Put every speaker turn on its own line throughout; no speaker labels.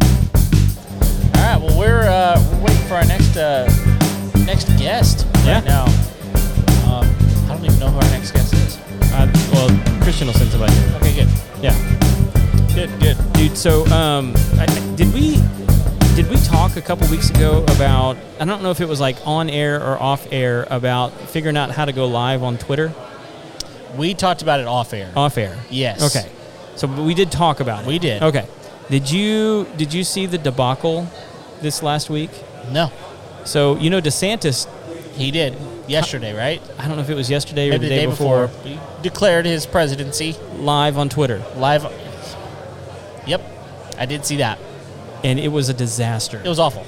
All right. Well, we're uh, we're waiting for our next uh, next guest
Yeah.
right now. Um, I don't even know who our next guest is.
Uh, well, Christian will send somebody.
Okay, good.
Yeah. Good, good, dude. So, um, I, I- did we did we talk a couple weeks ago about? I don't know if it was like on air or off air about figuring out how to go live on Twitter.
We talked about it off air.
Off air.
Yes.
Oh, Okay. So but we did talk about it.
We did.
Okay. Did you did you see the debacle this last week?
No,
So you know DeSantis.
he did yesterday, right?
I don't know if it was yesterday or
Maybe
the day, before,
He declared his presidency
Live on Twitter,
live. Yep, I did see that.
and it was a disaster.
It was awful.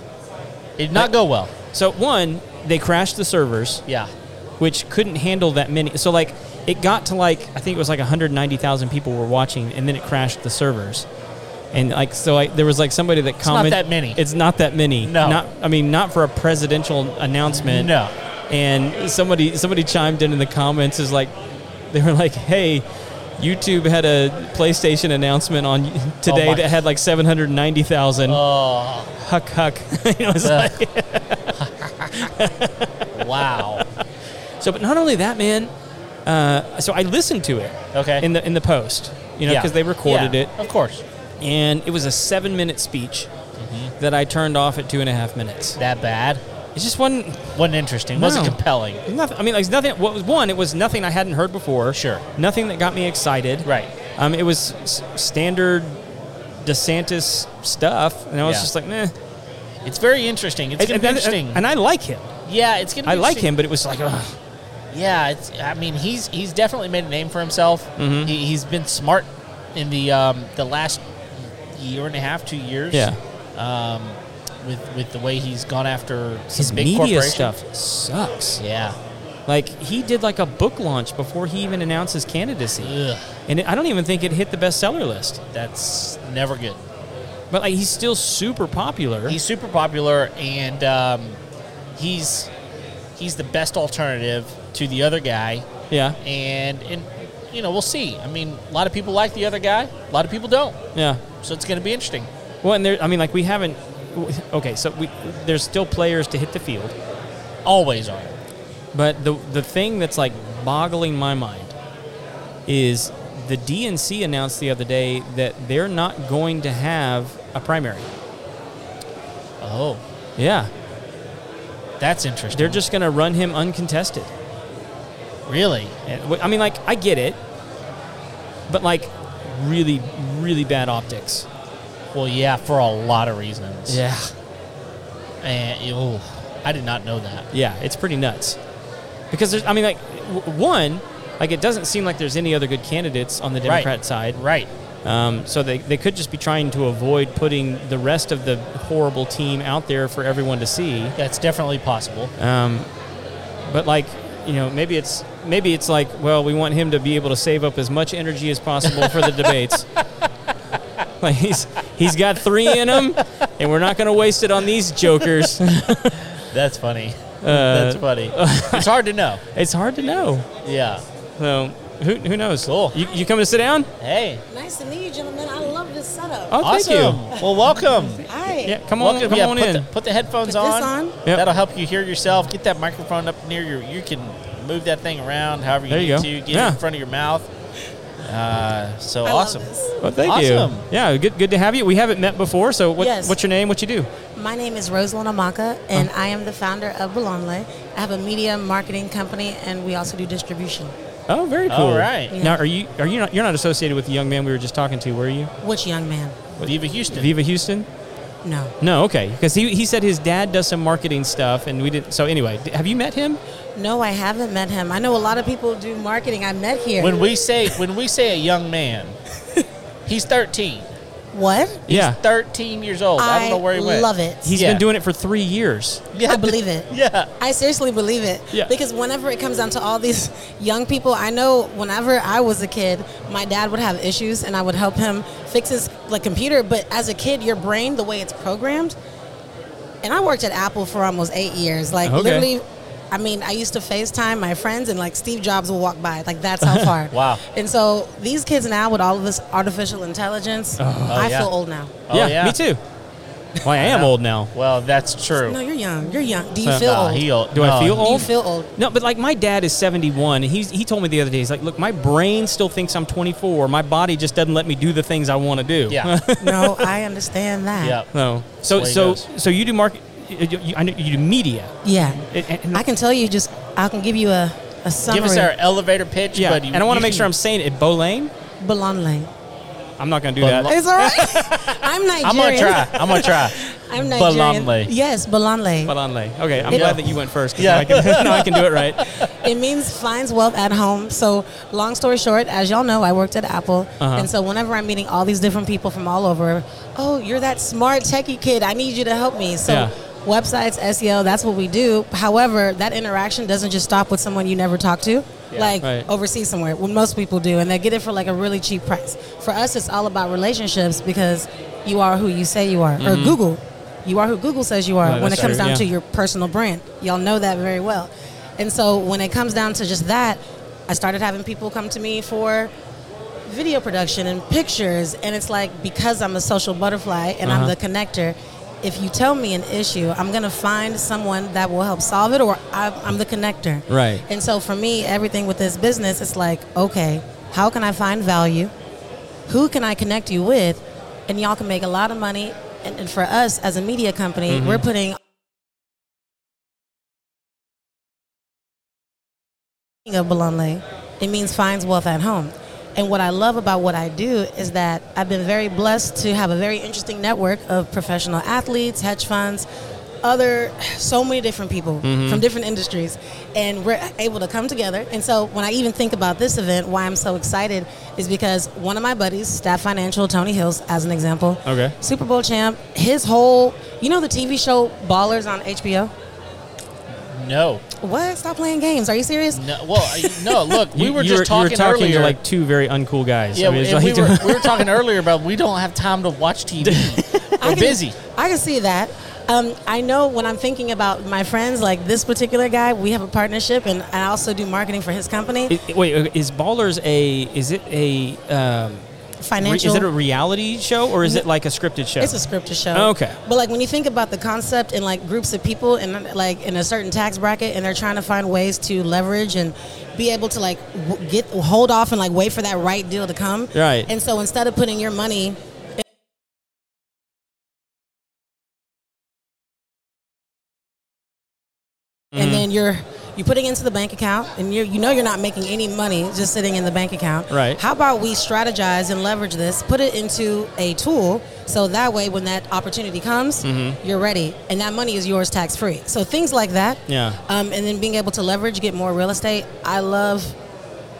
It did not go well.
so one, they crashed the servers.
Yeah.
which couldn't handle that many. So like it got to like I think it was like 190,000 people were watching, and then it crashed the servers. And like so, I, there was like somebody that
not
commented.
that many.
It's not that many.
No.
Not I mean not for a presidential announcement.
No.
And somebody somebody chimed in in the comments is like they were like, hey. YouTube had a PlayStation announcement on today
Oh my-
that had like 790,000.
Oh,
Huck, huck. you know, it's
Ugh.
like,
wow.
So, but not only that, man. Uh, so I listened to it.
Okay.
In the in the post, you know,
Yeah.
because they recorded
Yeah,
it,
Of course.
and it was a seven minute speech
Mm-hmm.
that I turned off at two and a half minutes.
That bad.
It just wasn't.
Wasn't interesting. Wasn't
No.
compelling.
Nothing, I mean, like nothing. What was one? It was nothing I hadn't heard before.
Sure.
Nothing that got me excited.
Right.
Um, it was s- standard DeSantis stuff, and I was
Yeah.
just like, meh.
It's very interesting. It's gonna
And-
be
and-
interesting.
And I like him.
yeah, it's gonna. Be
I like
interesting.
him, but it was like, ugh.
Yeah, it's. I mean, he's he's definitely made a name for himself.
Mm-hmm.
He, he's been smart in the um, the last year and a half, two years.
Yeah.
Um, with with the way he's gone after some
his
big
media
corporations.
stuff sucks.
Yeah.
Like he did like a book launch before he even announced his candidacy,
Ugh,
and it, I don't even think it hit the bestseller list.
that's never good.
But like he's still super popular.
He's super popular, and um, he's he's the best alternative to the other guy.
yeah,
And and you know we'll see. I mean, a lot of people like the other guy. A lot of people don't.
yeah.
So it's going to be interesting.
Well, and there, I mean, like we haven't. Okay, so we there's still players to hit the field,
Always are.
but the the thing that's like boggling my mind is the DNC announced the other day that they're not going to have a primary.
Oh,
Yeah,
that's interesting.
they're just going to run him uncontested.
really
And wh- I mean, like, I get it, but like, really, really bad optics.
well, yeah, for a lot of reasons.
Yeah,
And ooh, I did not know that.
yeah, it's pretty nuts. Because there's, I mean, like, w- one, like, it doesn't seem like there's any other good candidates on the
Right.
Democrat side,
Right.
um, so they they could just be trying to avoid putting the rest of the horrible team out there for everyone to see.
That's definitely possible.
Um, but like, you know, maybe it's maybe it's like, well, we want him to be able to save up as much energy as possible for the debates. Like he's he's got three in him, and we're not going to waste it on these jokers.
That's funny. that's funny. it's hard to know.
It's hard to know.
Yeah.
So who who knows?
Cool.
You, you coming to sit down?
Hey.
Nice to meet you, gentlemen. I love this setup.
Oh,
awesome.
thank you.
Well, welcome.
Hi.
Yeah, come on,
Welcome.
come
yeah,
on
put
in.
The, put the headphones
Put
on.
this on?
Yep.
That'll help you hear yourself. Get that microphone up near your. You can move that thing around however you
There
need
you go.
to. Get
Yeah.
it in front of your mouth. Uh, so
I love
awesome.
this.
well, thank
Awesome.
you. Yeah, good good to have you. We haven't met before, so what,
Yes.
what's your name? What you do?
My name is Rosalind Amaka, and I am the founder of Belonle. I have a media marketing company, and we also do distribution.
Oh, very cool.
All right.
Yeah.
Now, are you are you not you're not associated with the young man we were just talking to? Were you?
Which young man?
Viva Houston.
Viva Houston.
No.
No, okay. Because he, he said his dad does some marketing stuff, and we didn't. So anyway, d- have you met him?
No, I haven't met him. I know a lot of people do marketing. I met here.
When we say when we say a young man, he's 13.
what?
yeah,
13 years old. I, don't know where he went.
love it.
he's
yeah.
been doing it for three years.
Yeah.
I believe it.
Yeah.
I seriously believe it.
Yeah.
Because whenever it comes down to all these young people, I know whenever I was a kid, my dad would have issues and I would help him fix his like computer. But as a kid, your brain, the way it's programmed, and I worked at Apple for almost eight years. Like
Okay.
literally, I mean, I used to FaceTime my friends, and like Steve Jobs will walk by. Like that's how far.
Wow.
And so these kids now, with all of this artificial intelligence, I
Oh, yeah.
feel old now.
Oh,
yeah,
yeah.
me too. Well, I am old now.
Well, that's
No,
true.
you're young. You're young. Do you
Uh,
feel
Nah,
old?
he old.
Do I
no,
feel
Do you
old?
feel old?
No, but like my dad is 71. And he's, he told me the other day, he's like, look, my brain still thinks I'm 24. My body just doesn't let me do the things I want to do.
Yeah.
No, I understand that.
yeah.
no. So
That's the way
so
it
so you do market. You, you, I know you do media.
Yeah.
And- and-
I can tell you just I can give you a, a summary.
Give us our elevator pitch,
yeah,
but
and I want to make sure I'm saying it. Bolane.
Belong Lane.
I'm not going to do
Bolane.
that.
It's all right. I'm Nigerian.
I'm gonna try. I'm gonna try.
I'm Nigerian.
Balamle.
Yes, Balanle.
Bolane. Okay, I'm
It-
glad that you went first. 'cause
Yeah.
now I, can, now I can do it right.
It means finds wealth at home. So, long story short, as y'all know, I worked at Apple.
Uh-huh.
And so, whenever I'm meeting all these different people from all over, oh, you're that smart techie kid. I need you to help me. So,
Yeah.
websites, SEO, that's what we do. However, that interaction doesn't just stop with someone you never talk to.
Yeah.
like
Right.
overseas somewhere, when most people do, and they get it for like a really cheap price. For us, it's all about relationships because you are who you say you are,
Mm-hmm.
or Google, you are who Google says you are.
No,
when it
that's
comes
true,
down
yeah.
to your personal brand, y'all know that very well. And so when it comes down to just that, I started having people come to me for video production and pictures, and it's like because I'm a social butterfly and I'm
Uh-huh.
the connector. If you tell me an issue, I'm gonna find someone that will help solve it, or I, I'm the connector.
Right.
And so for me, everything with this business, it's like, okay, how can I find value? Who can I connect you with? And y'all can make a lot of money. And, and for us as a media company,
Mm-hmm.
we're putting of Belonle, it means finds wealth at home. And what I love about what I do is that I've been very blessed to have a very interesting network of professional athletes, hedge funds, other so many different people from different industries and we're able to come together and so when i even think about this event why i'm so excited is because one of my buddies staff financial tony hills as an example
Okay.
super bowl champ his whole you know the tv show ballers on hbo
No,
what stop playing games are you serious
no. Well, I- no. Look, we
You-
were
you
just talking,
you were talking
earlier.
to like two very uncool guys.
yeah,
I mean, it's
and we,
like-
were, we were talking earlier about we don't have time to watch TV.
I
we're
can-
busy.
I can see that. Um, I know when I'm thinking about my friends, like this particular guy, we have a partnership, and I also do marketing for his company.
It- it- wait, uh, is Ballers a? Is it a? Um, re-
financial.
is it a reality show or is it like a scripted show? Oh,
It's a scripted show.
Okay.
But like when you think about the concept and like groups of people and like in a certain tax bracket and they're trying to find ways to leverage and be able to like w- get hold off and like wait for that right deal to come.
Right.
And so instead of putting your money
Mm-hmm.
and then you're you put it into the bank account and you you know you're not making any money just sitting in the bank account
Right.
how about we strategize and leverage this put it into a tool so that way when that opportunity comes
Mm-hmm.
you're ready and that money is yours tax free so things like that
Yeah.
um, and then being able to leverage get more real estate i love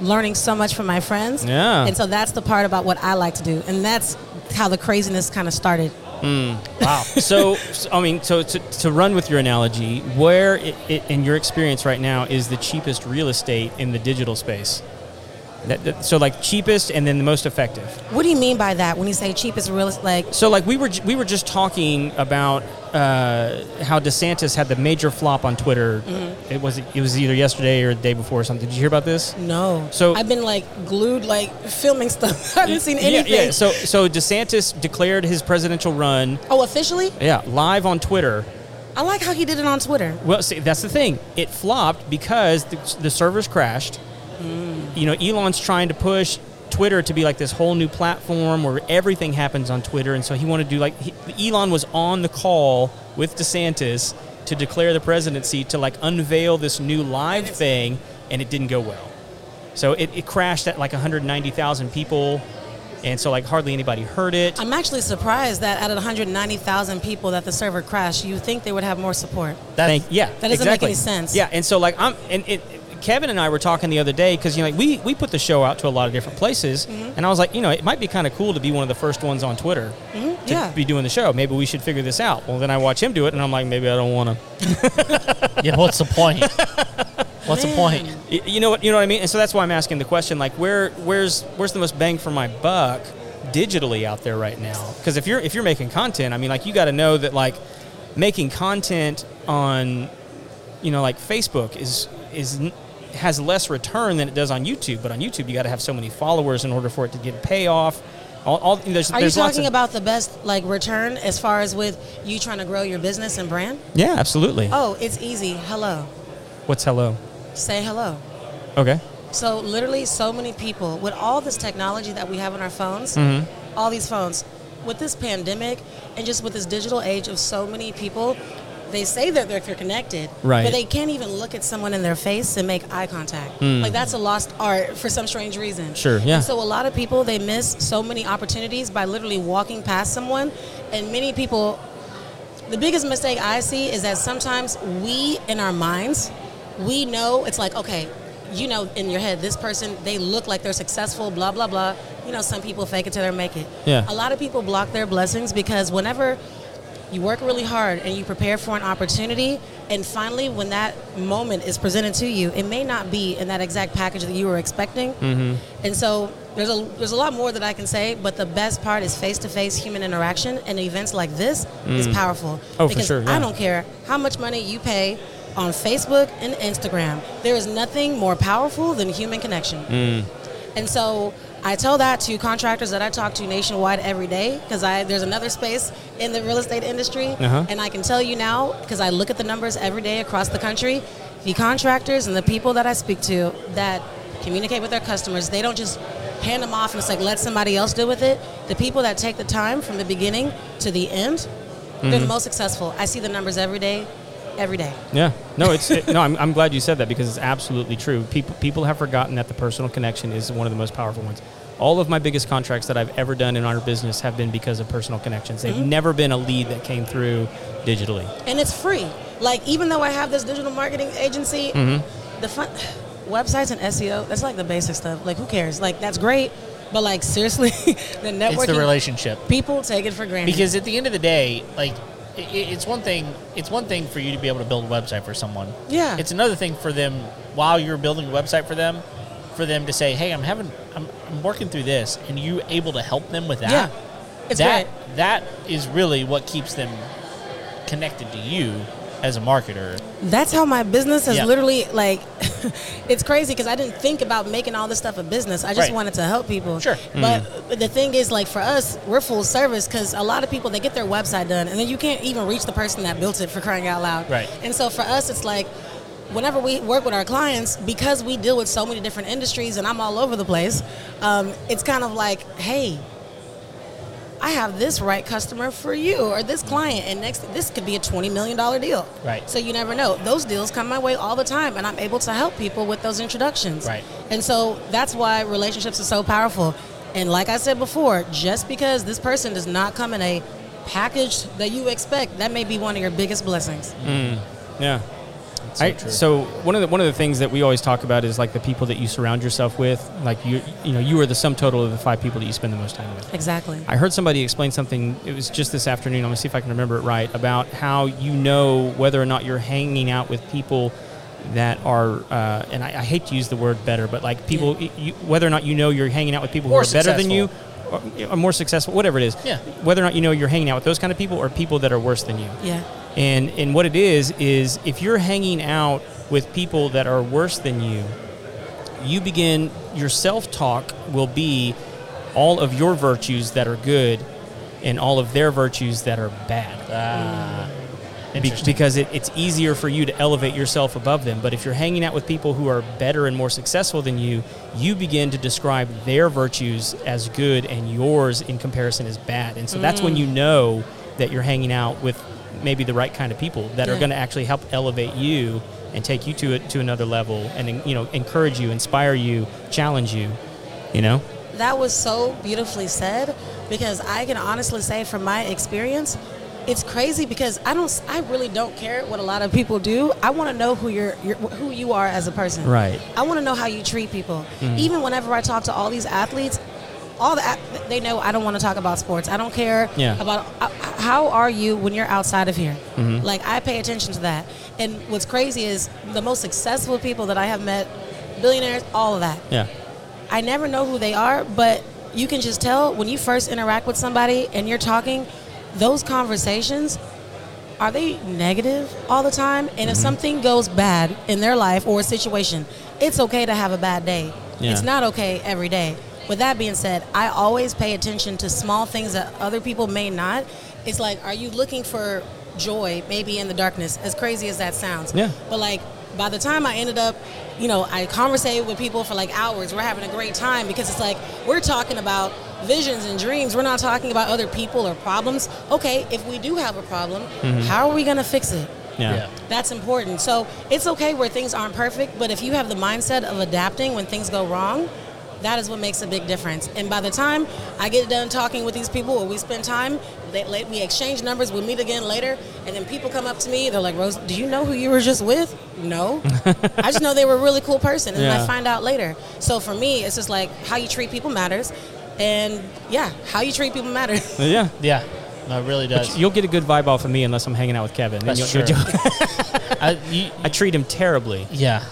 learning so much from my friends
Yeah.
and so that's the part about what i like to do and that's how the craziness kind of started
Wow.
so, so, I mean, so to, to run with your analogy, where it, it, in your experience right now is the cheapest real estate in the digital space? That, that- so, like cheapest and then the most effective.
what do you mean by that when you say cheapest real estate like
So, like we were j- we were just talking about uh, how DeSantis had the major flop on Twitter.
Mm-hmm.
It was it was either yesterday or the day before or something. Did you hear about this?
No.
So-
I've been like glued, like filming stuff. I haven't seen anything.
Yeah, yeah. So, so DeSantis declared his presidential run.
oh, officially?
Yeah, live on Twitter.
I like how he did it on Twitter.
Well, see, that's the thing. It flopped because the, the servers crashed. You know, Elon's trying to push Twitter to be like this whole new platform where everything happens on Twitter, and so he wanted to do like he, Elon was on the call with DeSantis to declare the presidency to like unveil this new live thing, and it didn't go well. So it, it crashed at like 190,000 people, and so like hardly anybody heard it.
I'm actually surprised that out of 190,000 people that the server crashed, you think they would have more support.
Thank, yeah,
That doesn't make
exactly.
any sense.
Yeah, and so like I'm and it, Kevin and I were talking the other day because you know like we we put the show out to a lot of different places,
Mm-hmm.
and I was like, you know, it might be kind of cool to be one of the first ones on Twitter to
Mm-hmm. Yeah.
be doing the show. Maybe we should figure this out. Well, then I watch him do it, and I'm like, maybe I don't want to.
yeah. What's the point? What's the point?
Man.
Y- You know what? You know what I mean. And so that's why I'm asking the question: like, where, where's, where's the most bang for my buck digitally out there right now? Because if you're if you're making content, I mean, like, you got to know that like making content on you know, like Facebook is is n- has less return than it does on YouTube, but on YouTube you got to have so many followers in order for it to get payoff. All, all there's,
Are you
there's lots
talking
of-
about the best like return as far as with you trying to grow your business and brand?
Yeah, absolutely.
Oh, it's easy. Hello.
What's hello?
Say hello.
Okay.
So literally so many people with all this technology that we have on our phones,
Mm-hmm.
all these phones, with this pandemic and just with this digital age of so many people, they say that they're connected,
Right.
but they can't even look at someone in their face and make eye contact. Like that's a lost art for some strange reason.
Hmm. Sure, yeah.
And so a lot of people they miss so many opportunities by literally walking past someone, and many people the biggest mistake I see is that sometimes we, in our minds, we know it's like, okay, you know, in your head, this person, they look like they're successful, blah, blah, blah. You know, some people fake it till they make it.
Yeah.
A lot of people block their blessings because whenever you work really hard and you prepare for an opportunity, and finally, when that moment is presented to you, it may not be in that exact package that you were expecting. And so there's a there's a lot more that I can say, but the best part is face to face human interaction and events like this is powerful.
Oh, for
because
sure, yeah.
I don't care how much money you pay on Facebook and Instagram. There is nothing more powerful than human connection. And so I tell that to contractors that I talk to nationwide every day because I there's another space in the real estate industry,
Uh-huh.
and I can tell you now because I look at the numbers every day across the country. The contractors and the people that I speak to that communicate with their customers, they don't just hand them off and it's like let somebody else deal with it. The people that take the time from the beginning to the end, they're the most successful. I see the numbers every day, every day.
Yeah. No, it's it, no. I'm, I'm glad you said that because it's absolutely true. People people have forgotten that the personal connection is one of the most powerful ones. All of my biggest contracts that I've ever done in our business have been because of personal connections. They've never been a lead that came through digitally.
and it's free. Like even though I have this digital marketing agency,
Mm-hmm.
the fun websites and SEO, that's like the basic stuff. Like who cares? Like that's great, but like seriously, the networking
It's the relationship.
people take it for granted.
Because at the end of the day, like i- i it's one thing. It's one thing for you to be able to build a website for someone.
Yeah.
It's another thing for them while you're building a website for them, for them to say, "Hey, I'm having, I'm, I'm working through this," and you able to help them with that.
yeah, it's
that
great.
that is really what keeps them connected to you as a marketer.
That's how my business has
Yeah.
literally like. it's crazy because I didn't think about making all this stuff a business. I just
Right.
wanted to help people.
Sure. Mm-hmm.
But but the thing is, like for us, we're full service because a lot of people they get their website done and then you can't even reach the person that built it for crying out loud.
Right.
And so for us, it's like. Whenever we work with our clients, because we deal with so many different industries and I'm all over the place, um, it's kind of like, hey, I have this right customer for you or this client, and next this could be a twenty million dollar deal.
Right.
So you never know. Those deals come my way all the time, and I'm able to help people with those introductions.
Right.
And so that's why relationships are so powerful. And like I said before, just because this person does not come in a package that you expect, that may be one of your biggest blessings.
Yeah.
so
I-
true.
so one of the one of the things that we always talk about is like the people that you surround yourself with. Like you you know you are the sum total of the five people that you spend the most time with.
Exactly.
I heard somebody explain something. It was just this afternoon. I'm gonna see if I can remember it right about how you know whether or not you're hanging out with people that are. Uh, and I, I hate to use the word better, but like people, you, whether or not you know you're hanging out with people who
More
are better than
successful.
you, or, or more successful, whatever it is.
Yeah.
Whether or not you know you're hanging out with those kind of people or people that are worse than you.
yeah.
And and what it is is if you're hanging out with people that are worse than you, you begin your self-talk will be all of your virtues that are good and all of their virtues that are bad. Be-
Interesting.
because it, it's easier for you to elevate yourself above them. But if you're hanging out with people who are better and more successful than you, you begin to describe their virtues as good and yours in comparison as bad. And so that's when you know that you're hanging out with maybe the right kind of people that are
Yeah.
going to actually help elevate you and take you to it to another level and you know encourage you, inspire you, challenge you, you know?
That was so beautifully said because I can honestly say from my experience, it's crazy because I don't I really don't care what a lot of people do. I want to know who you're, you're who you are as a person.
Right. Mm-hmm.
I want to know how you treat people. Even whenever I talk to all these athletes, all the ath- they know I don't want to talk about sports. I don't care
Yeah.
about uh, how are you when you're outside of here.
Mm-hmm.
Like I pay attention to that. And what's crazy is the most successful people that I have met, billionaires, all of that.
Yeah.
I never know who they are, but you can just tell when you first interact with somebody and you're talking, those conversations are they negative all the time? And if something goes bad in their life or a situation, it's okay to have a bad day.
Yeah.
It's not okay every day. With that being said, I always pay attention to small things that other people may not. It's like, are you looking for joy maybe in the darkness? As crazy as that sounds.
Yeah.
But like by the time I ended up, you know, I conversated with people for like hours. We're having a great time because it's like we're talking about visions and dreams. We're not talking about other people or problems. Okay, if we do have a problem, how are we going to fix it?
Yeah.
That's important. So it's okay where things aren't perfect, but if you have the mindset of adapting when things go wrong, that is what makes a big difference. And by the time I get done talking with these people, or we spend time, they, like, we exchange numbers, we meet again later, and then people come up to me, they're like, Rose, do you know who you were just with? No. I just know they were a really cool person, and then
Yeah.
I find out later. So for me, it's just like how you treat people matters. And yeah, how you treat people matters.
Uh, Yeah.
Yeah, no, it really does.
You'll get a good vibe off of me unless I'm hanging out with Kevin. Then
That's
you'll-
true.
you'll-
I, you,
I treat him terribly.
yeah,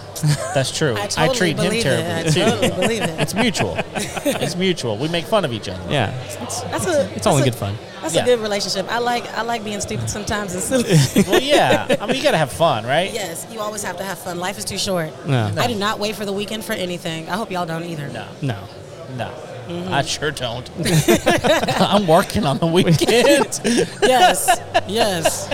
that's true.
I totally
treat him
believe
terribly.
it. I totally believe it.
It's mutual. it's mutual. We make fun of each other.
Yeah. It's,
That's a,
it's only
that's a-
good fun.
That's
Yeah.
a good relationship. I like I like being stupid sometimes and silly.
Well, yeah. I mean, you gotta have fun, right?
yes, you always have to have fun. Life is too short.
No.
I do not wait for the weekend for anything. I hope y'all don't either.
No,
No.
no.
Mm-hmm.
I sure don't. I'm working on the weekend. it
Yes, yes,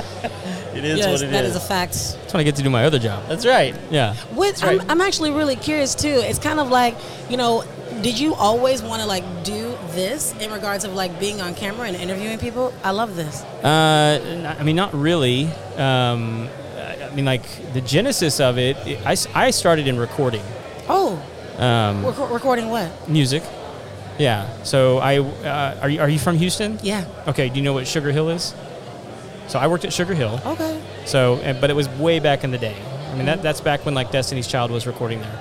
is
yes.
what it
That is
is.
a fact.
That's when I get to do my other job.
That's right.
Yeah.
With,
right.
I'm, I'm actually really curious too. It's kind of like you know, did you always want to like do this in regards of like being on camera and interviewing people? I love this.
Uh, n- I mean, not really. Um, I I mean, like the genesis of it, it- I, s- I started in recording
Oh,
um,
reco- recording what?
music. Yeah. So I uh, are you are you from Houston?
Yeah.
Okay. Do you know what Sugar Hill is? So I worked at Sugar Hill.
Okay.
So, and, but it was way back in the day. I mean, that, that's back when like Destiny's Child was recording there.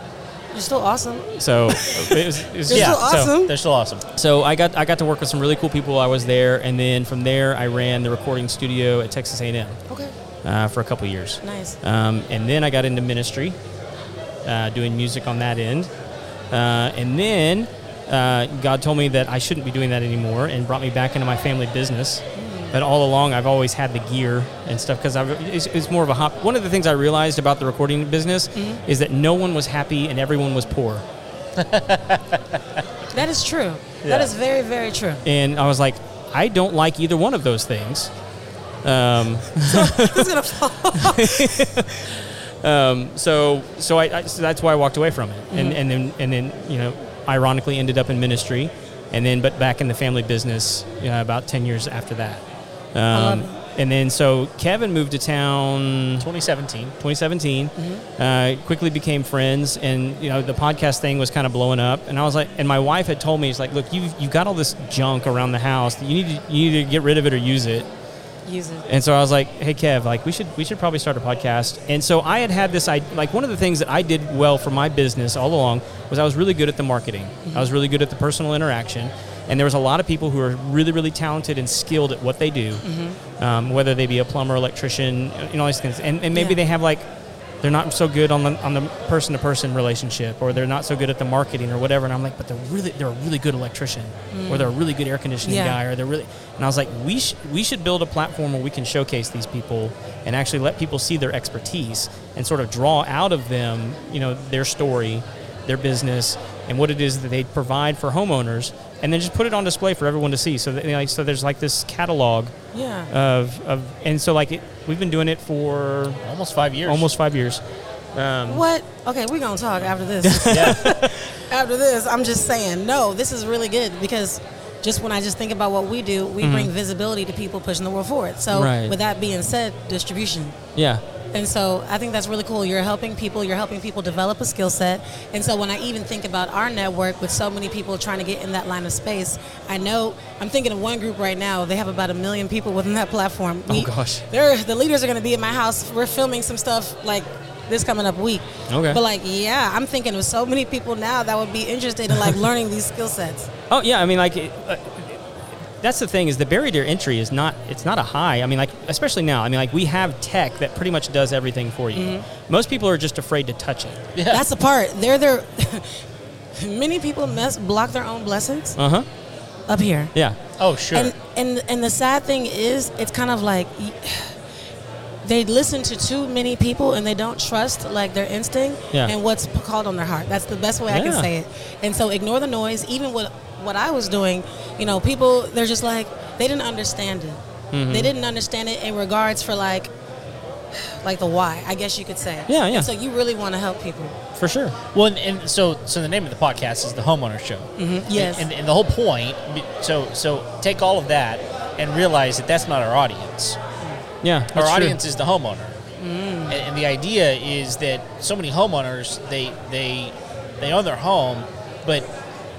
You're still awesome.
So it was, it was
You're
yeah.
so awesome.
They're still awesome.
So, so I got I got to work with some really cool people. while I was there, and then from there I ran the recording studio at Texas A&M
Okay.
uh, for a couple years.
Nice.
Um, and then I got into ministry, uh, doing music on that end. Uh, and then uh, God told me that I shouldn't be doing that anymore and brought me back into my family business. But all along, I've always had the gear and stuff because it's, it's more of a hop. One of the things I realized about the recording business is that no one was happy and everyone was poor.
That is true.
Yeah.
That is very very true.
And I was like, I don't like either one of those things. Um,
Who's gonna fall?
so so I, I so that's why I walked away from it, and and then and then you know, ironically ended up in ministry, and then but back in the family business you know, about ten years after that.
love
Um, and then so Kevin moved to town
2017.
2017. Uh, quickly became friends, and you know the podcast thing was kind of blowing up. And I was like, and my wife had told me, she's like, look, you have you got all this junk around the house. that You need to, you need to get rid of it or use it.
Use it.
And so I was like, "Hey Kev, like we should we should probably start a podcast." And so I had had this I like one of the things that I did well for my business all along was I was really good at the marketing. I was really good at the personal interaction, and there was a lot of people who are really really talented and skilled at what they do, um, whether they be a plumber, electrician, you know, all these things. And, and maybe
Yeah.
they have like they're not so good on the on the person to person relationship, or they're not so good at the marketing or whatever. And I'm like, but they're really they're a really good electrician, or they're a really good air conditioning
Yeah.
guy, or they're really. And I was like, we sh- we should build a platform where we can showcase these people and actually let people see their expertise and sort of draw out of them, you know, their story, their business, and what it is that they provide for homeowners, and then just put it on display for everyone to see. So that, you know, like, so there's like this catalog
Yeah.
of of and so like it, we've been doing it for
Almost five years.
almost five years.
What? Okay, we're gonna talk after this.
Yeah.
after this, I'm just saying, no, this is really good because just when I just think about what we do, we bring visibility to people pushing the world forward. So
Right.
with that being said, distribution.
Yeah.
And so I think that's really cool. You're helping people, you're helping people develop a skill set. And so when I even think about our network with so many people trying to get in that line of space, I know I'm thinking of one group right now. They have about a million people within that platform.
Oh, gosh.
They're, the leaders are going to be at my house. We're filming some stuff like this coming up week.
Okay.
But like, yeah, I'm thinking of so many people now that would be interested in like learning these skill sets.
Oh yeah, I mean like it, uh, that's the thing is the barrier to entry is not it's not a high. I mean like especially now. I mean like we have tech that pretty much does everything for you.
Mm-hmm.
Most people are just afraid to touch it.
That's the part. They're their. many people mess, block their own blessings
Uh huh.
up here.
Yeah.
Oh, sure.
And, and and the sad thing is, it's kind of like they listen to too many people and they don't trust like their instinct
Yeah.
and what's p- called on their heart. That's the best way I can
Yeah.
say it. And so ignore the noise. Even what what I was doing, you know, people they're just like they didn't understand it.
Mm-hmm.
They didn't understand it in regards for like like the why. I guess you could say.
Yeah, yeah.
And so you really want to help people.
for sure.
Well, and, and so so the name of the podcast is the Homeowner Show. Mm-hmm.
Yes.
and, and the whole point. So so take all of that and realize that that's not our audience.
Yeah,
Our
that's true. Mm.
audience is the homeowner, and, and the idea is that so many homeowners they they they own their home, but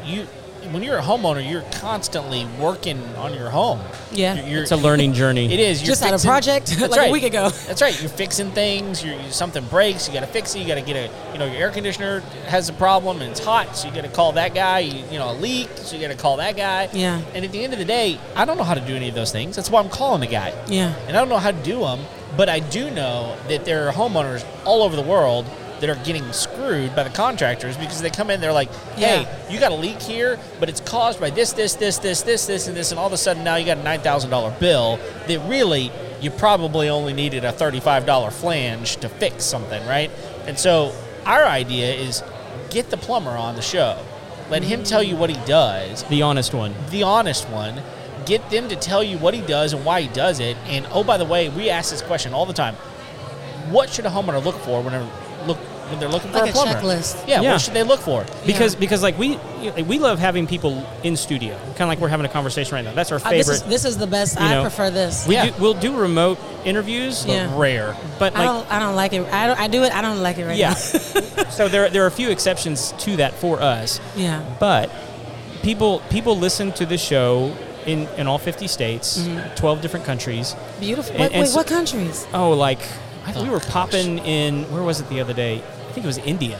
you when you're a homeowner you're constantly working on your home.
Yeah.
You're- you're-
It's a learning journey.
It is. You're
Just had a
fixing-
project,
That's
like, a
right.
week ago.
That's right. You're fixing things. You're, you something breaks. You got to fix it. You got to get a you know your air conditioner has a problem and it's hot, so you got to call that guy. You, you know a leak, so you got to call that guy.
Yeah.
And at the end of the day, I don't know how to do any of those things. That's why I'm calling the guy.
Yeah.
And I don't know how to do them, but I do know that there are homeowners all over the world that are getting screwed by the contractors because they come in, they're like, hey, you got a leak here, but it's caused by this, this, this, this, this, this, and this, and all of a sudden now you got a $9,000 bill that really you probably only needed a $35 flange to fix something, right? And so our idea is get the plumber on the show, let him tell you what he does,
the honest one.
the honest one. Get them to tell you what he does and why he does it. And oh, by the way, we ask this question all the time: What should a homeowner look for when they're look when they're looking for
Like
a
a
plumber?
checklist.
Yeah,
Yeah.
what should they look for?
Because because like we we love having people in studio, kind of like we're having a conversation right now. That's our
Uh, this
favorite.
is this is the best.
you
I
know,
prefer this.
we
Yeah.
do, we'll do remote interviews,
Yeah.
Rare.
but
I
like
don't. I don't like it. I don't. I do it. I don't like it right
yeah.
now.
so there there are a few exceptions to that for us.
yeah.
But people people listen to the show in, in all 50 states,
Mm-hmm.
12 different countries.
Beautiful.
And-
Wait,
and
wait,
so-
what countries?
Oh, like I
Oh,
we were
gosh.
popping in where was it the other day? I think it was India.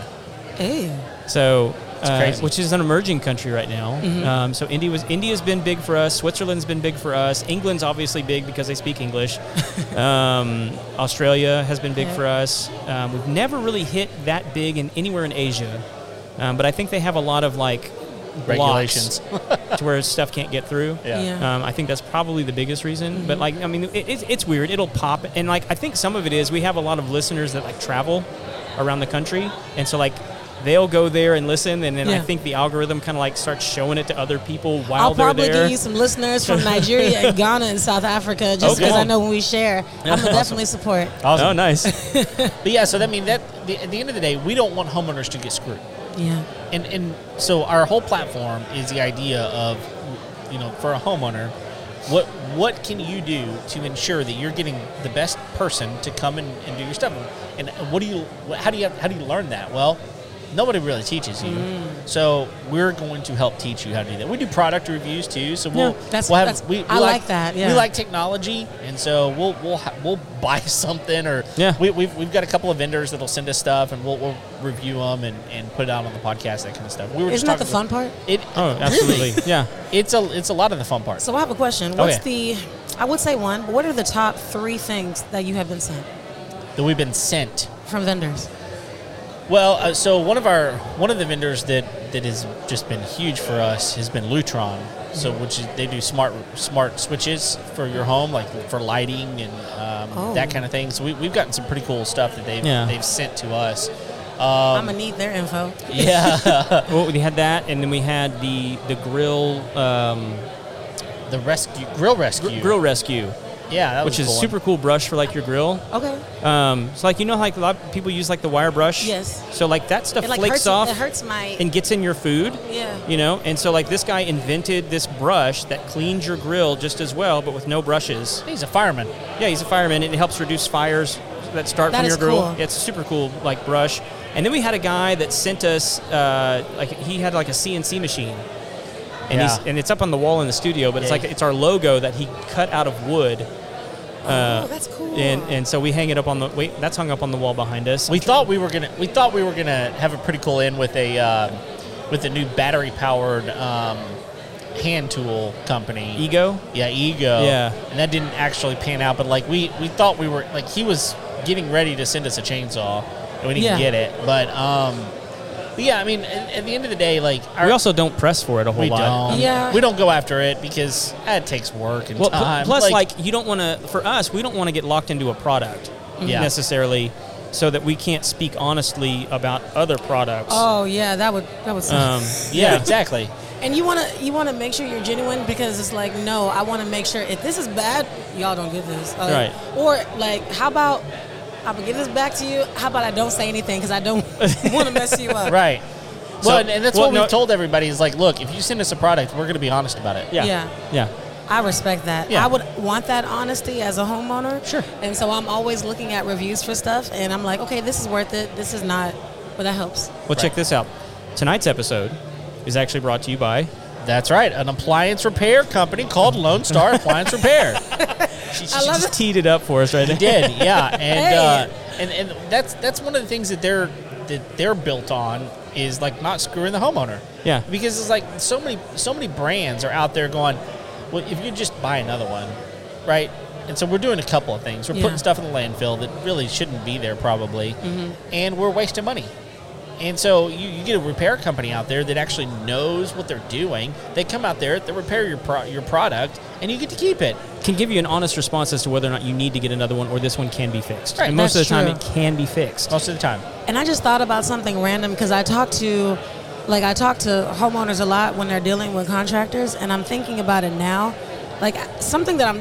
Ew.
So, uh,
crazy. Mm-hmm.
which is an emerging country right now. Um, so India was India's been big for us. Switzerland's been big for us. England's obviously big because they speak English. um, Australia has been big
Yeah.
for us. Um, we've never really hit that big in anywhere in Asia, um, but I think they have a lot of like blocks
Regulations.
to where stuff can't get through.
Yeah.
Yeah.
Um, I think that's probably the biggest reason. But like, I mean, it, it's, it's weird. It'll pop, and like, I think some of it is we have a lot of listeners that like travel around the country, and so like. They'll go there and listen, and then I
Yeah.
think the algorithm kind of like starts showing it to other people while
I'll probably
they're there.
give you some listeners from Nigeria and Ghana and South Africa just
Okay.
because I know when we share, I'm gonna definitely support.
Oh, nice.
But yeah, so that I mean that the, at the end of the day, we don't want homeowners to get screwed.
Yeah.
and and so our whole platform is the idea of you know for a homeowner what what can you do to ensure that you're getting the best person to come and, and do your stuff and what do you wh- how do you how do you learn that well nobody really teaches you
Mm.
so we're going to help teach you how to do that we do product reviews too so we'll,
Yeah, that's-
we'll have
that's-
we, we
I like that, yeah.
we like technology and so we'll we'll ha- we'll buy something or
Yeah.
we, we've, we've got a couple of vendors that'll send us stuff and we'll, we'll review them and, and put it out on the podcast that kind of stuff we were just
Isn't that the
talking
fun part?
about- it
Oh, absolutely. Yeah.
it's a it's a lot of the fun part
So I have a question.
Oh,
What's
yeah.
the? I would say one. But what are the top three things that you have been sent
that we've been sent
from vendors?
well uh, so one of our one of the vendors that that has just been huge for us has been lutron so
Mm-hmm.
which is they do smart smart switches for your home like for lighting and um,
Oh.
that kind of thing so we, we've gotten some pretty cool stuff that they've
Yeah.
they've sent to us
I'm
Um,
gonna need their info.
yeah
Well, we had that, and then we had the the grill um,
the rescue grill
gr-
rescue
grill rescue,
yeah that
which
was a
is
cool one.
super cool brush for like your grill.
Okay.
Um, so like you know, like a lot of people use like the wire brush.
Yes.
So like that stuff
It like
flakes
hurts.
off
It hurts my.
and gets in your food.
Yeah.
You know, and so like this guy invented this brush that cleans your grill just as well, but with no brushes.
he's a fireman
Yeah, he's a fireman. and It helps reduce fires that start
That
from
is
your grill.
cool.
Yeah, it's a super cool like brush. And then we had a guy that sent us uh, like he had like a CNC machine. And, he's,
Yeah.
and it's up on the wall in the studio, but it's
Yeah.
like it's our logo that he cut out of wood,
oh, that's cool.
and and so we hang it up on the wait that's hung up on the wall behind us.
We thought we were gonna. We thought we were gonna have a pretty cool end with a uh, with a new battery powered um, hand tool company.
ego.
Yeah, ego.
Yeah.
and that didn't actually pan out. But like we we thought we were like he was getting ready to send us a chainsaw, and we didn't
Yeah.
get it. But um, but yeah, I mean, at, at the end of the day, like our,
we also don't press for it a whole
we
lot.
don't
Yeah.
we don't go after it because that takes work and
Well, pl-
time.
plus, like, you don't want to. For us, we don't want to get locked into a product.
Yeah.
necessarily, so that we can't speak honestly about other products.
Oh yeah, that would that would suck.
Um,
Yeah,
yeah,
exactly.
and you wanna you wanna make sure you're genuine because it's like no, I wanna make sure if this is bad, y'all don't get this. Uh,
Right.
Or like, how about I'm gonna give this back to you. How about I don't say anything because I don't want to mess you up.
Right. Well,
So-
and, and that's
well,
what
no-
we've told everybody is like, look, if you send us a product, we're going to be honest about it.
yeah,
Yeah.
yeah.
I respect that.
Yeah.
I would want that honesty as a homeowner. Sure. And so I'm always looking at reviews for stuff, and I'm like, okay, this is worth it. This is not, but that helps.
Well, check this out. Tonight's episode is actually brought to you by
That's right. An appliance repair company called Lone Star Appliance Repair.
she,
I love
just
it.
teed it up for us right there.
did, yeah, and
Hey.
uh, and and that's that's one of the things that they're that they're built on is like not screwing the homeowner.
Yeah.
because it's like so many so many brands are out there going, well, if you just buy another one, right? And so we're doing a couple of things. We're
Yeah.
putting stuff in the landfill that really shouldn't be there probably, and we're wasting money. And so you, you get a repair company out there that actually knows what they're doing. They come out there, they repair your pro- your product, and you get to keep it.
Can give you an honest response as to whether or not you need to get another one or this one can be fixed.
Right,
and most of the
that's
time,
true.
it can be fixed.
Most of the time,
And I just thought about something random because I talk to, like, I talk to homeowners a lot when they're dealing with contractors, and I'm thinking about it now. Like, something that I'm,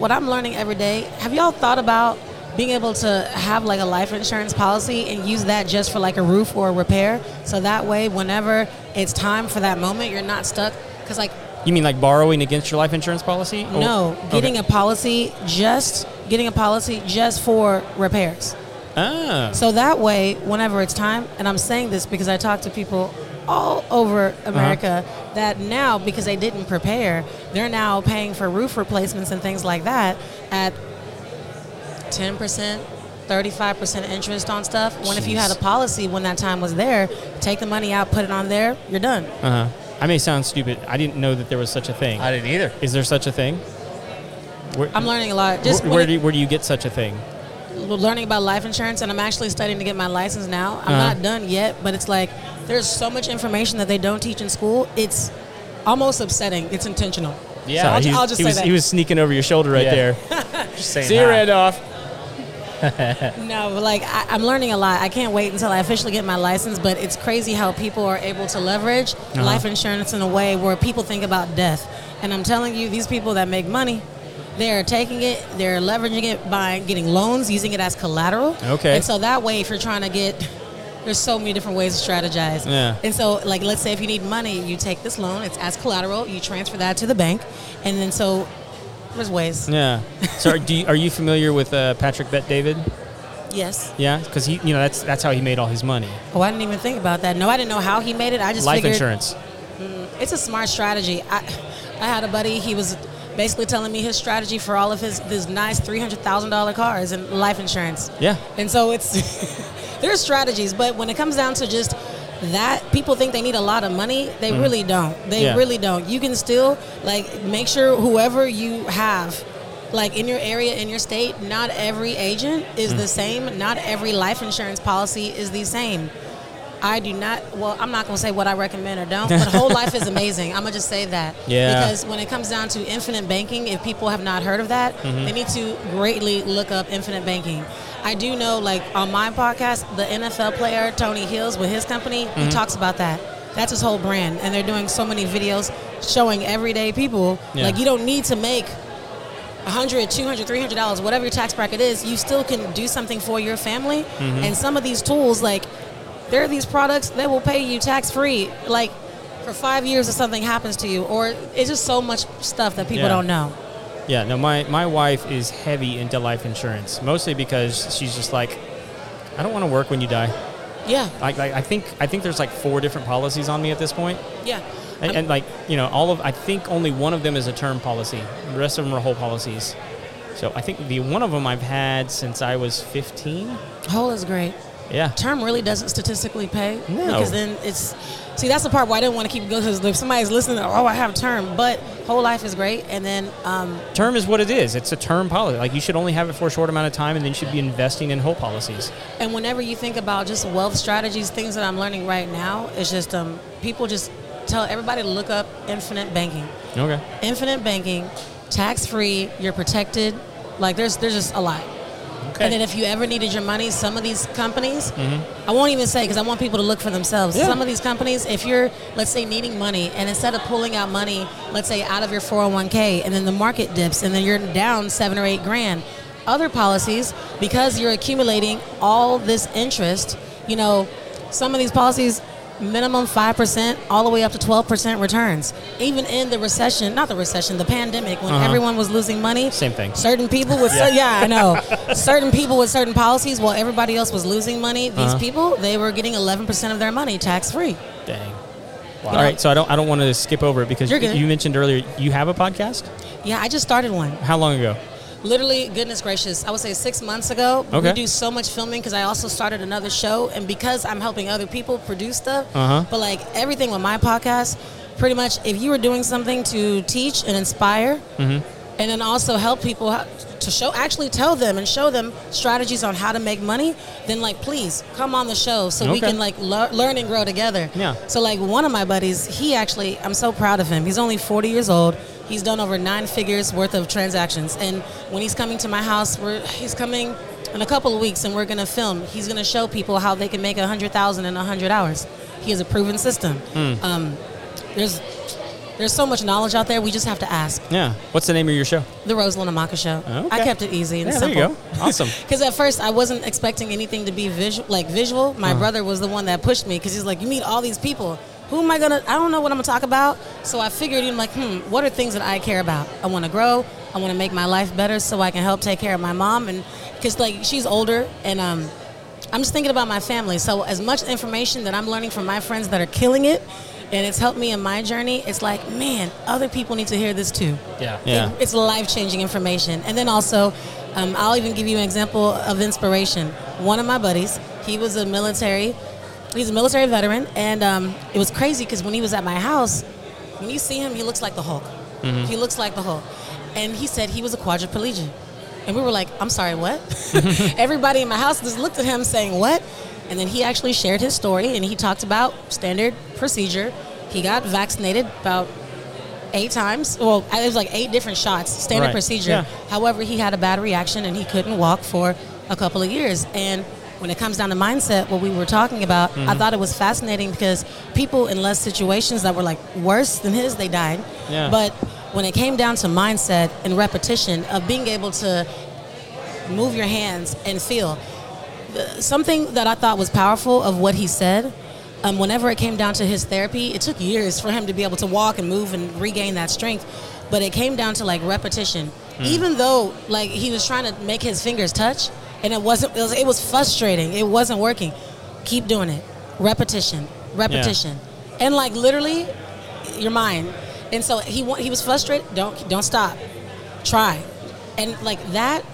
what I'm learning every day, have y'all thought about being able to have, like, a life insurance policy and use that just for, like, a roof or a repair? So that way, whenever it's time for that moment, you're not stuck. Because, like,
You mean like borrowing against your life insurance policy? Oh, Or-
no, getting a policy just, getting a policy just for repairs.
Ah.
So that way, whenever it's time, and I'm saying this because I talk to people all over
Uh-huh.
America that now, because they didn't prepare, they're now paying for roof replacements and things like that at 10%. 35% interest on stuff. When if you had a
Jeez.
policy when that time was there, take the money out, put it on there, you're done.
Uh-huh. I may sound stupid. I didn't know that there was such a thing.
I didn't either.
Is there such a thing? Where,
I'm learning a lot.
where,
Just when
Uh-huh. where
it-
do you, where do you get such a thing?
learning about life insurance and I'm actually studying to get my license now. I'm
Uh-huh.
not done yet, but it's like there's so much information that they don't teach in school. It's almost upsetting. It's intentional.
Yeah,
Sorry,
I'll ju-
he,
I'll just
he
say
was,
that.
He was sneaking over your shoulder right
Yeah.
there.
Just saying
See you,
hi.
Randolph.
No, but like I, I'm learning a lot. I can't wait until I officially get my license, but it's crazy how people are able to leverage
Uh-huh.
life insurance in a way where people think about death. And I'm telling you, these people that make money, they're taking it, they're leveraging it by getting loans, using it as collateral.
Okay.
And so that way, if you're trying to get, there's so many different ways to strategize.
Yeah.
And so, like, let's say if you need money, you take this loan, it's as collateral, you transfer that to the bank, and then so there's ways.
Yeah. So are, do you, are you familiar with uh, Patrick Bet David? Mm.
Yes.
Yeah, because he, you know, that's that's how he made all his money.
Oh, I didn't even think about that. No, I didn't know how he made it. I just
Life
figured
insurance.
It's a smart strategy. I, I had a buddy. He was basically telling me his strategy for all of his these nice three hundred thousand dollar cars and life insurance.
Yeah.
And so it's there's strategies, but when it comes down to just that, people think they need a lot of money. They really don't. They
Mm-hmm. Yeah.
really don't. You can still like make sure whoever you have. Like in your area, in your state, not every agent is
Mm.
the same. Not every life insurance policy is the same. I do not. Well, I'm not gonna say what I recommend or don't, but whole life is amazing. I'm gonna just say that.
Yeah.
Because when it comes down to infinite banking, if people have not heard of that, they need to greatly look up infinite banking. I do know, like on my podcast, the NFL player Tony Hills with his company, he talks about that. That's his whole brand, and they're doing so many videos showing everyday people
Yeah.
like you don't need to make 100 200 300 dollars whatever your tax bracket is you still can do something for your family
Mm-hmm.
and some of these tools like there are these products that will pay you tax free like for five years if something happens to you or it's just so much stuff that people
Yeah.
don't know
Yeah. No, my my wife is heavy into life insurance, mostly because she's just like, I don't want to work when you die.
yeah
Like, like I think I think there's like four different policies on me at this point,
yeah
and, and like you know, all of I think only one of them is a term policy. The rest of them are whole policies. So I think the one of them I've had since I was 15.
whole is great
Yeah.
term really doesn't statistically pay
No.
because then it's see that's the part where i didn't want to keep going because if somebody's listening oh i have term but whole life is great and then um,
Term is what it is. It's a term policy. Like you should only have it for a short amount of time, and then you should be investing in whole policies.
And whenever you think about just wealth strategies, things that I'm learning right now, it's just um, people just tell everybody to look up infinite banking.
Okay.
Infinite banking, tax free, you're protected. Like there's there's just a lot.
Okay.
And then if you ever needed your money, some of these companies, I won't even say because I want people to look for themselves.
Mm-hmm. Yeah.
Some of these companies, if you're, let's say, needing money, and instead of pulling out money, let's say, out of your 401k, and then the market dips, and then you're down seven or eight grand, other policies, because you're accumulating all this interest, you know, some of these policies, minimum 5% all the way up to 12% returns even in the recession not the recession the pandemic when
Uh-huh.
everyone was losing money
Same thing.
certain people with yeah, I know certain people with certain policies while everybody else was losing money these
Uh-huh.
people they were getting 11% of their money tax free
Dang. All right, so I don't I don't want to skip over it because
You're good.
you mentioned earlier you have a podcast.
yeah I just started one
How long ago?
literally goodness gracious I would say 6 months ago
Okay.
we do so much filming cuz I also started another show and because I'm helping other people produce stuff
Uh-huh.
but like everything with my podcast pretty much if you were doing something to teach and inspire
Mm-hmm.
and then also help people how, to show actually tell them and show them strategies on how to make money then like please come on the show so we
Okay.
can like lear- learn and grow together
Yeah.
so like one of my buddies he actually i'm so proud of him he's only 40 years old he's done over nine figures worth of transactions and when he's coming to my house we're, he's coming in a couple of weeks and we're going to film he's going to show people how they can make 100000 in 100 hours he has a proven system
Hmm.
um, there's there's so much knowledge out there we just have to ask
Yeah. What's the name of your show?
the Rose Lunamaka show.
Okay.
I kept it easy and
yeah,
simple.
there you go. Awesome.
Because at first I wasn't expecting anything to be visual, like visual. My brother was the one that pushed me because he's like, "You meet all these people. Who am I gonna? I don't know what I'm gonna talk about." So I figured, I'm like, "Hmm, what are things that I care about? I want to grow. I want to make my life better so I can help take care of my mom and because like she's older and um, I'm just thinking about my family. So as much information that I'm learning from my friends that are killing it, and it's helped me in my journey. It's like, man, other people need to hear this too.
yeah.
Yeah.
It- it's life changing information. And then also, um, I'll even give you an example of inspiration. One of my buddies, he was a military, he's a military veteran, and um, it was crazy because when he was at my house, when you see him, he looks like the Hulk.
Mm-hmm.
He looks like the Hulk. And he said he was a quadriplegic. And we were like, I'm sorry, what? Everybody in my house just looked at him saying, what? And then he actually shared his story and he talked about standard procedure. He got vaccinated about eight times. Well, it was like eight different shots, standard
Right.
procedure.
Yeah.
However, he had a bad reaction and he couldn't walk for a couple of years. And when it comes down to mindset, what we were talking about, I thought it was fascinating because people in less situations that were like worse than his, they died.
Yeah.
But when it came down to mindset and repetition of being able to move your hands and feel, something that I thought was powerful of what he said. Um, whenever it came down to his therapy, it took years for him to be able to walk and move and regain that strength. But it came down to like repetition. Even though like he was trying to make his fingers touch, and it wasn't. It was, it was frustrating. It wasn't working. Keep doing it. Repetition. Repetition. And like literally, your mind. And so he wa- he was frustrated. Don't don't stop. Try. And like that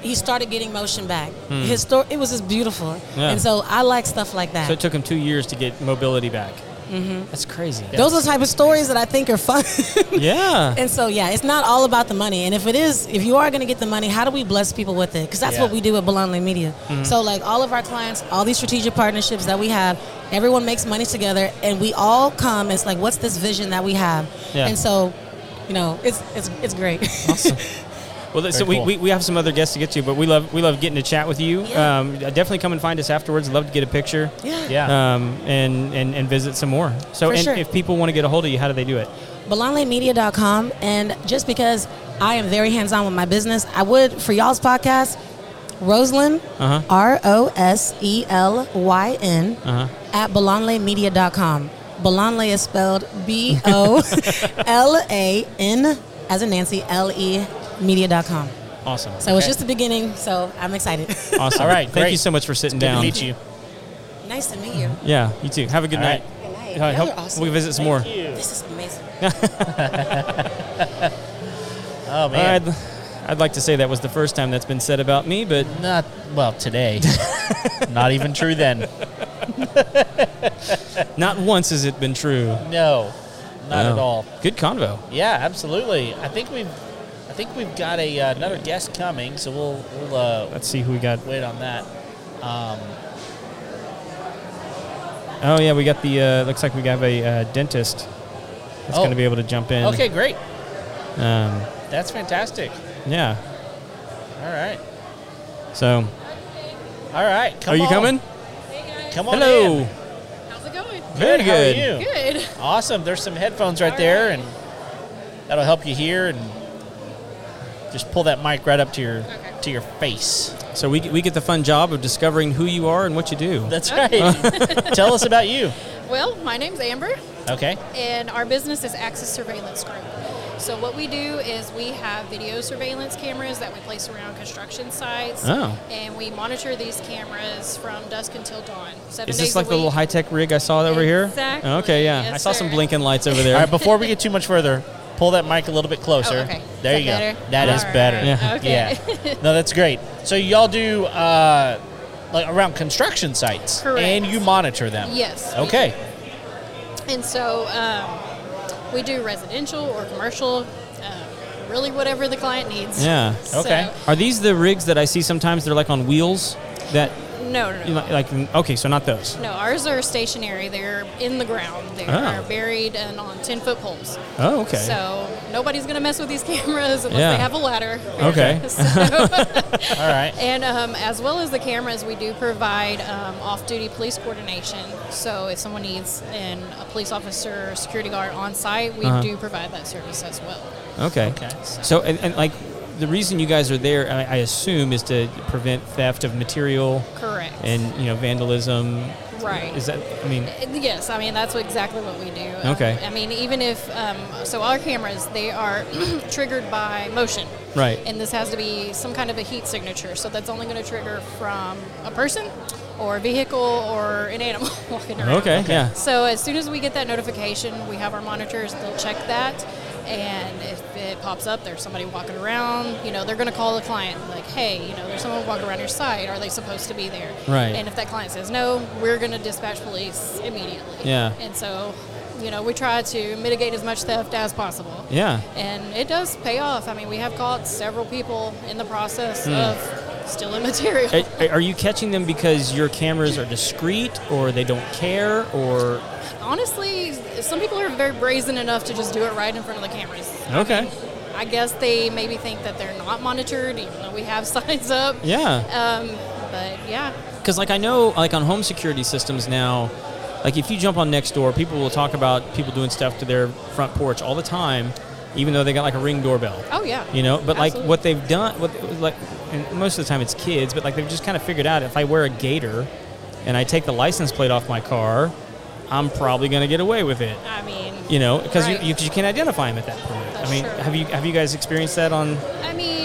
he started getting motion back. His story, it was just beautiful.
Hmm. Yeah.
And so I like stuff like that.
So it took him two years to get mobility back.
Mm-hmm.
That's crazy.
Those are the type of stories that I think are fun.
yeah.
and so, yeah, it's not all about the money. And if it is, if you are going to get the money, how do we bless people with it? Because that's
Yeah.
what we do at Belongly Media.
Hmm.
So, like all of our clients, all these strategic partnerships that we have, everyone makes money together, and we all come. It's like, what's this vision that we have?
Yeah.
And so, you know, it's it's it's great.
Well, so
Very
we,
cool.
we, we have some other guests to get to, but we love we love getting to chat with you.
Yeah.
Um, definitely come and find us afterwards. Love to get a picture.
yeah.
Yeah.
Um, and, and and visit some more. So
For
and
sure.
if people want to get a hold of you, how do they do it?
belonglaymedia.com and just because I am very hands-on with my business, I would for y'all's podcast, Roslyn
Uh-huh.
R O S E L Y N
Uh-huh.
at belonglaymedia.com. Belonlay is spelled B O L A N as in Nancy L E media.com.
Awesome.
So it's
Okay.
just the beginning, so I'm excited.
Awesome.
All right,
Thank
great.
you so much for sitting
Good to
down.
meet you.
nice to meet you.
Yeah. You too. Have a good
All
night.
right.
Good night.
I
Y'all
hope
are awesome.
Uh-huh. we visit some more.
This is amazing.
Oh
All
man.
right. I'd like to say that was the first time that's been said about me, but
Not well today. Not even true then.
not once has it been true.
No. Not
No.
at all.
Good convo.
Yeah, absolutely. I think we've I think we've got a uh, another guest coming, so we'll we'll uh,
Let's see who we got.
wait on that. Um,
Oh yeah, we got the. Uh, looks like we have a uh, dentist that's
Oh.
going to be able to jump in.
okay, great.
Um,
That's fantastic.
yeah.
All right.
So,
All right. Come
are you
on.
coming?
Come on.
Hello.
in.
How's it going?
Very
How
good.
are you?
Good.
Awesome. There's some headphones right there, and that'll help you hear and just pull that mic right up to your
Okay.
to your face.
So we, we get the fun job of discovering who you are and what you do.
That's right. Tell us about you.
Well, my name's Amber,
Okay.
and our business is Axis Surveillance Group. So what we do is we have video surveillance cameras that we place around construction sites,
Oh.
and we monitor these cameras from dusk until dawn, seven
Is
days
this like
a
the little
week.
high tech rig I saw over here?
Exactly.
Okay, yeah.
Yes,
I saw some
sir.
blinking lights over
All
there.
right. Before we get too much further, pull that mic a little bit closer.
Oh, okay.
There
Is
you
that
go.
better?
That is
All right.
better.
Yeah.
Okay.
Yeah. No, that's great. So y'all do uh, like around construction sites,
Correct.
and you monitor them.
Yes, we
Okay.
And so um, we do residential or commercial, um, really whatever the client needs.
Yeah.
Okay.
Are these the rigs that I see sometimes? They're like on wheels that,
So, no, no,
you
no.
know, like, okay, so not those.
No, ours are stationary. They're in the ground. They
Oh.
are buried and on ten foot poles.
Oh, okay.
So nobody's gonna mess with these cameras unless
Yeah.
they have a ladder.
Okay.
So-
All right.
and um, as well as the cameras, we do provide um, off-duty police coordination. So if someone needs an, a police officer or security guard on site, we
Uh-huh.
do provide that service as well.
Okay.
Okay.
So, and, and like, the reason you guys are there, I, I assume, is to prevent theft of material
Correct.
and you know vandalism.
right.
Is that? I mean,
Uh, Yes, I mean that's exactly what we do. Um,
Okay.
I mean, even if um, so, our cameras they are triggered by motion,
Right.
And this has to be some kind of a heat signature, so that's only going to trigger from a person, or a vehicle, or an animal walking around.
okay. Yeah.
So as soon as we get that notification, we have our monitors. They'll check that, and if it pops up, there's somebody walking around. You know, they're going to call the client like, "Hey, you know, there's someone walking around your site. Are they supposed to be there?"
Right.
And if that client says no, we're going to dispatch police immediately.
Yeah.
And so, you know, we try to mitigate as much theft as possible.
Yeah.
And it does pay off. I mean, we have caught several people in the process
Hmm.
of stealing material.
Are, are you catching them because your cameras are discreet, or they don't care, or
Honestly, some people are very brazen enough to just do it right in front of the cameras.
okay?
I guess they maybe think that they're not monitored, even though we have signs up.
Yeah.
Um, but yeah,
Because like I know, like on home security systems now, like if you jump on Nextdoor, people will talk about people doing stuff to their front porch all the time, even though they got like a ring doorbell.
oh yeah,
you know but like
Absolutely.
what they've done what like and most of the time it's kids but like they've just kind of figured out if i wear a gator and i take the license plate off my car i'm probably going to get away with it
I mean,
you know because
Right.
you, you, you can't identify them at that point
That's
i mean
true.
have you have you guys experienced that on
I mean,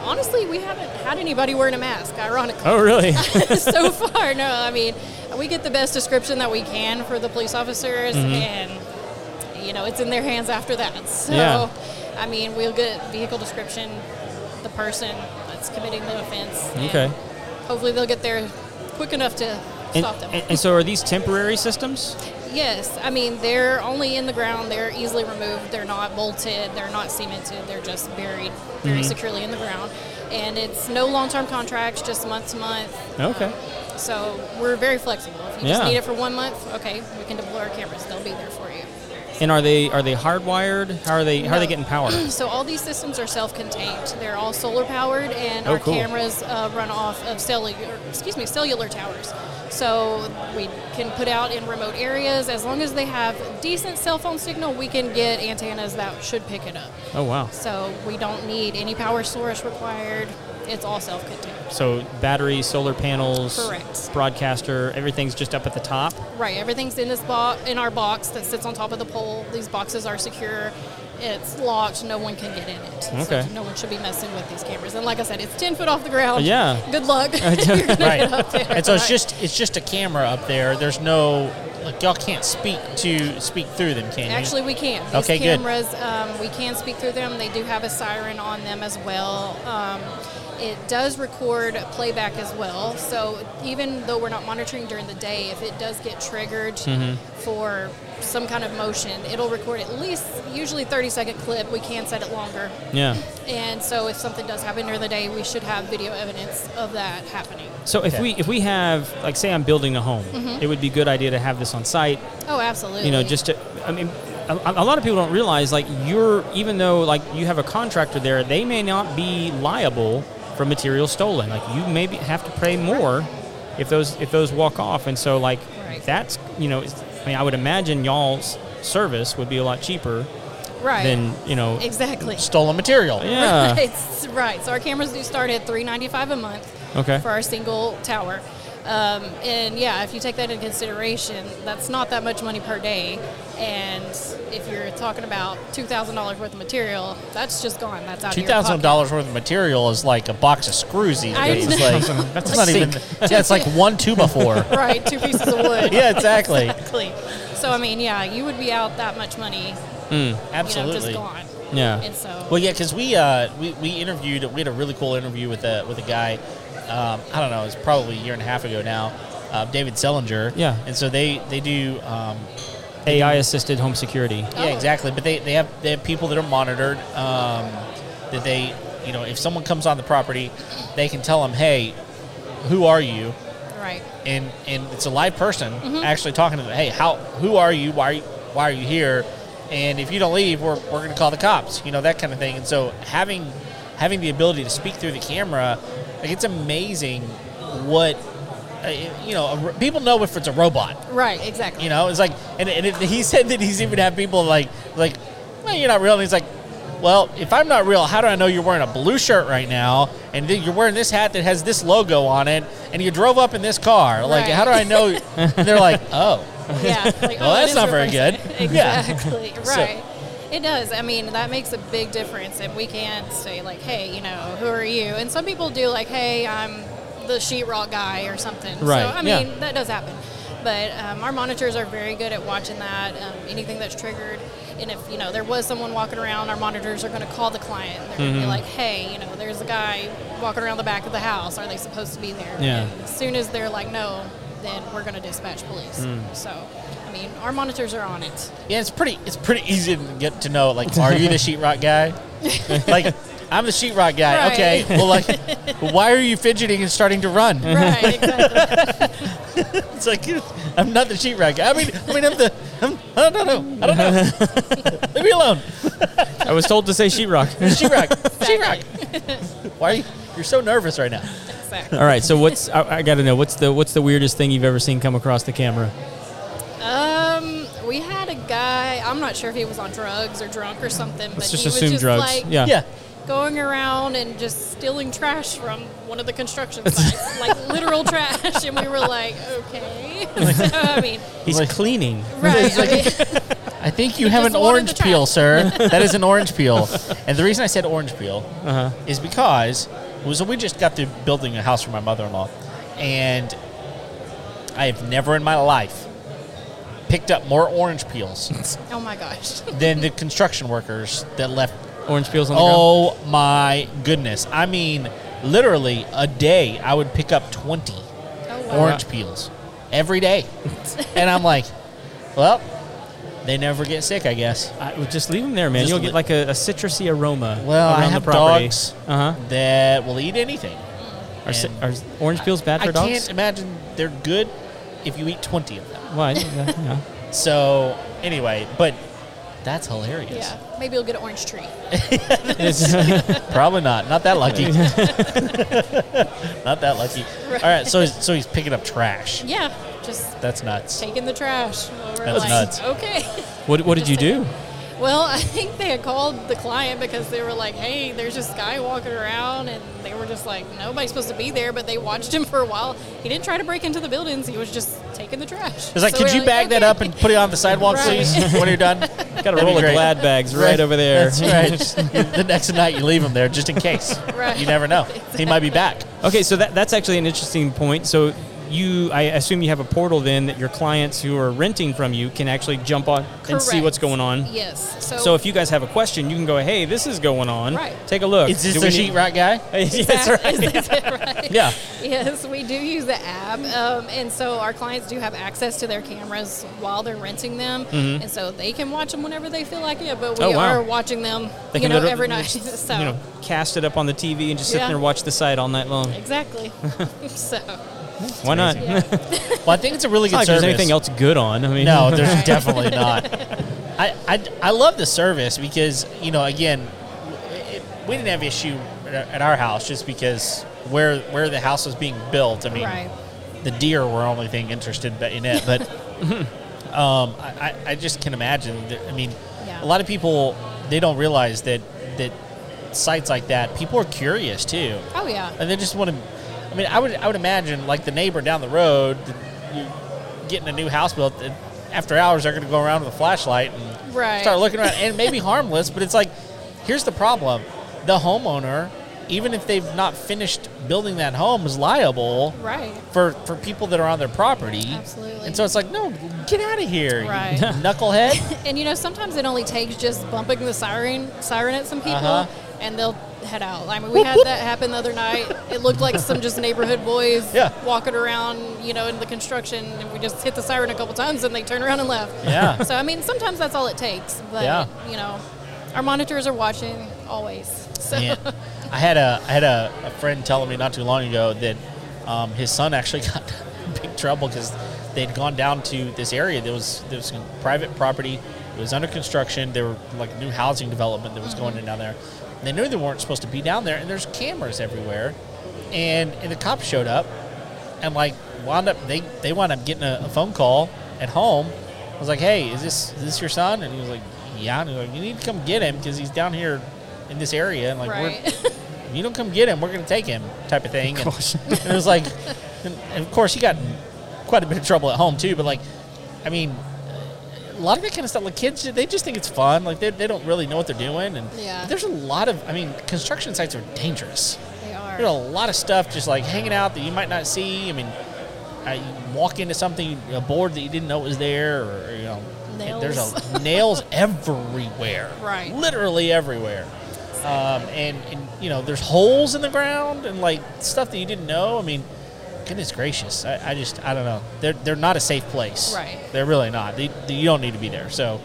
honestly, we haven't had anybody wearing a mask. Ironically,
oh really
so far, no. I mean, we get the best description that we can for the police officers,
Mm-hmm.
and you know, it's in their hands after that. So,
Yeah.
I mean, we'll get vehicle description, the person that's committing the offense. and
Okay.
Hopefully, they'll get there quick enough to
and,
stop them.
and, and so are these temporary systems
Yes, I mean they're only in the ground. They're easily removed. They're not bolted. They're not cemented. They're just buried very
Mm-hmm.
securely in the ground. And it's no long-term contracts, just month to month.
okay
So we're very flexible. If you just
Yeah.
need it for one month, okay, we can deploy our cameras. They'll be there for you.
and are they are they hardwired how are they how are they
No.
getting power
So all these systems are self-contained. They're all solar powered, and
Oh,
our
cool.
cameras uh, run off of cellular, excuse me, cellular towers. So we can put out in remote areas as long as they have decent cell phone signal. We can get antennas that should pick it up.
oh wow
So we don't need any power source required. It's all self-contained.
so battery solar panels
Correct.
broadcaster everything's just up at the top
Right. Everything's in this box, in our box that sits on top of the pole. These boxes are secure. It's locked. No one can get in it. So
Okay.
no one should be messing with these cameras. And like I said, it's ten foot off the ground.
Yeah.
Good luck. You're gonna
Right.
get up there.
And so it's
Right.
just it's just a camera up there. There's no like y'all can't speak to speak through them, can you?
Actually, we can. These
Okay, good.
cameras, um, we can speak through them. They do have a siren on them as well. Um, it does record playback as well. So even though we're not monitoring during the day, if it does get triggered
Mm-hmm.
for some kind of motion, it'll record at least usually 30 second clip. We can set it longer.
yeah
And so if something does happen during the day, we should have video evidence of that happening.
So if
Okay.
we if we have like say I'm building a home,
Mm-hmm.
it would be a good idea to have this on site.
Oh, absolutely.
You know, just to I mean, a, a lot of people don't realize like you're even though like you have a contractor there, they may not be liable from material stolen. Like you maybe have to pay more if those if those walk off. And so like
Right.
that's you know, it's- I mean, I would imagine y'all's service would be a lot cheaper
Right.
than you know.
exactly.
Stolen material.
Yeah.
It's right. So our cameras do start at three ninety five a month
Okay.
for our single tower. Um, and yeah, if you take that into consideration, that's not that much money per day. And if you're talking about two thousand dollars worth of material, that's just gone. That's out
Two
of your pocket.
thousand dollars worth of material is like a box of screws these
I
days.
know.
Like, that's not even. Yeah, it's like one two by four.
Right, two pieces of wood.
yeah, exactly.
Exactly. So I mean, yeah, you would be out that much money,
Absolutely.
you know, just gone.
Yeah.
And so
Well, yeah, because we, uh, we we interviewed. We had a really cool interview with a with a guy. Um, I don't know. It's probably a year and a half ago now. Uh, David Sellinger.
Yeah.
And so they they do. Um,
AI assisted home security.
yeah,
Oh.
exactly. But they, they have they have people that are monitored. Um, that they you know if someone comes on the property, they can tell them, hey, who are you?
right.
and and it's a live person actually talking to them. Hey, how? Who are you? Why are you? Why are you here? And if you don't leave, we're, we're going to call the cops. You know that kind of thing. And so having having the ability to speak through the camera, like it's amazing what uh, you know. a ro- People know if it's a robot.
Right, exactly.
You know, it's like, and, and it, he said that he's even had people like, like, well, you're not real. And he's like, well, if I'm not real, how do I know you're wearing a blue shirt right now? And then you're wearing this hat that has this logo on it, and you drove up in this car. Like,
Right.
how do I know? and they're like, oh,
Yeah. Like,
Well,
oh,
that's
it is
not very
reversing.
good. Yeah.
exactly.
So-
Right. It does. I mean, that makes a big difference. And we can say, like, hey, you know, who are you? And some people do, like, hey, I'm the sheetrock guy or something.
Right,
So, I
yeah.
mean, that does happen. But um, our monitors are very good at watching that, um, anything that's triggered. And if, you know, there was someone walking around, our monitors are going to call the client. They're
Mm-hmm.
going to be like, hey, you know, there's a guy walking around the back of the house. Are they supposed to be there?
Yeah.
And as soon as they're like, no, then we're going to dispatch police.
Hmm.
So, I mean, our monitors are on it.
yeah. It's pretty. It's pretty easy to get to know. Like, are you the sheetrock guy? like, I'm the sheetrock guy.
Right.
Okay. Well, like, why are you fidgeting and starting to run?
Right, exactly.
It's like I'm not the sheetrock guy. I mean, I mean, I'm the. I'm, I don't know. I don't know. Leave me alone.
I was told to say sheetrock.
Sheetrock. Sheetrock. Why are you? You're so nervous right now.
exactly.
All right. So what's I, I got to know what's the what's the weirdest thing you've ever seen come across the camera?
Um, we had a guy. I'm not sure if he was on drugs or drunk or something,
Let's
but
just
he was
assume
just
drugs.
like
yeah.
Yeah.
going around and just stealing trash from one of the construction sites, like literal trash. And we were like, okay. so I mean,
He's cleaning.
right? I mean,
I think you
He
have
just
an
ordered
orange
the
peel, sir. that is an orange peel. And the reason I said orange peel
Uh-huh.
is because was we just got through building a house for my mother-in-law, and I have never in my life picked up more orange peels
oh my gosh.
than the construction workers that left
Orange peels on the ground.
Oh my goodness. I mean, literally a day I would pick up 20
Oh wow.
orange peels every day. and I'm like, well, they never get sick, I guess.
I, Uh, well, Oh. just leave them there, man.
Just
You'll
li-
get like a, a citrusy aroma.
Well,
around
I have
the property.
dogs
Uh huh.
that will eat anything.
Are, ci-
and-
are orange peels bad for
I
dogs?
can't imagine they're good if you eat 20 of them.
Why? Yeah.
So, anyway, but that's hilarious.
Yeah, maybe you'll get an orange tree.
Probably not. Not that lucky. not that lucky.
Right.
All right, so he's, so he's picking up trash.
Yeah, just
That's nuts.
taking the trash. Well, we're
That's
like,
nuts.
Okay.
what What did you do?
Well, I think they had called the client because they were like, "Hey, there's this guy walking around," and they were just like, "Nobody's supposed to be there." But they watched him for a while. He didn't try to break into the buildings; he was just taking the trash.
It's like,
So
could
we're
you bag that
"Okay."
up and put it on the sidewalk,
Right.
please, when you're done?
Got a
That'd be
roll of
great.
Glad bags right, over there.
That's right. Just- the next night you leave him there just in case.
Right.
You never know. He might be back.
Okay, so that, that's actually an interesting point. So you, I assume you have a portal then that your clients who are renting from you can actually jump on and see
Correct.
what's going on.
Yes. So,
So if you guys have a question, you can go, "Hey, this is going on.
Right.
Take a look."
Is this
Do
the
we need-"
sheet rock guy?
Yeah, that's right.
right?
Yeah.
Yes, we do use the app, um, and so our clients do have access to their cameras while they're renting them, and so they can watch them whenever they feel like it. But
Mm-hmm.
we
Oh, wow.
are watching them,
They
you
can
know,
literally
every night.
just,
so
you know, cast it up on the TV and just sit
Yeah.
there and watch the site all night long.
exactly. so
Why not?
amazing.
yeah.
Well, I think it's a really good
It's not
service.
like there's anything else good on. I mean,
No, there's
Right.
definitely not. I, I, I love the service because, you know, again, it, we didn't have issue at our house just because where where the house was being built. I mean,
Right.
the deer were only thing interested in it, but um, I, I I just can imagine. That, I mean,
Yeah.
a lot of people they don't realize that that sites like that people are curious too,
Oh yeah.
and they just want to. I mean, I would I would imagine like the neighbor down the road, that you getting a new house built. and after hours, they're going to go around with a flashlight and
Right.
start looking around, and maybe harmless, but it's like, here's the problem: the homeowner, even if they've not finished building that home, is liable
Right.
for for people that are on their property.
Absolutely.
And so it's like, no, get out of here, you
Right.
knucklehead.
And you know, sometimes it only takes just bumping the siren siren at some people,
Uh-huh.
and they'll head out. I mean, we had that happen the other night. It looked like some just neighborhood boys
Yeah.
walking around, you know, in the construction, and we just hit the siren a couple times, and they turned around and left.
Yeah.
So I mean, sometimes that's all it takes. But
Yeah.
you know, our monitors are watching always. So
Man, I had a I had a, a friend telling me not too long ago that um, his son actually got in big trouble because they'd gone down to this area that was there was some private property. It was under construction. There were like new housing development that was
Mm-hmm.
going in down there. And they knew they weren't supposed to be down there, and there's cameras everywhere. And and the cops showed up, and like wound up they they wound up getting a, a phone call at home. I was like, "Hey, is this is this your son?" And he was like, "Yeah." And he was like, "You need to come get him because he's down here in this area, and like
right.
we're, if you don't come get him, we're gonna take him," type of thing. And, and it was like, and, and of course he got in quite a bit of trouble at home too. But like, I mean. A lot of that kind of stuff, like kids, they just think it's fun. Like they, they don't really know what they're doing, and
Yeah.
there's a lot of, I mean, construction sites are dangerous.
they are.
There's a lot of stuff just like hanging out that you might not see. I mean, I you walk into something a board that you didn't know was there, or you know,
Nails.
there's a nails everywhere,
Right.
Literally everywhere. Um, and, and you know, there's holes in the ground and like stuff that you didn't know. I mean, goodness gracious, I, I just I don't know. They're they're not a safe place.
Right.
They're really not. They, they- you don't need to be there. So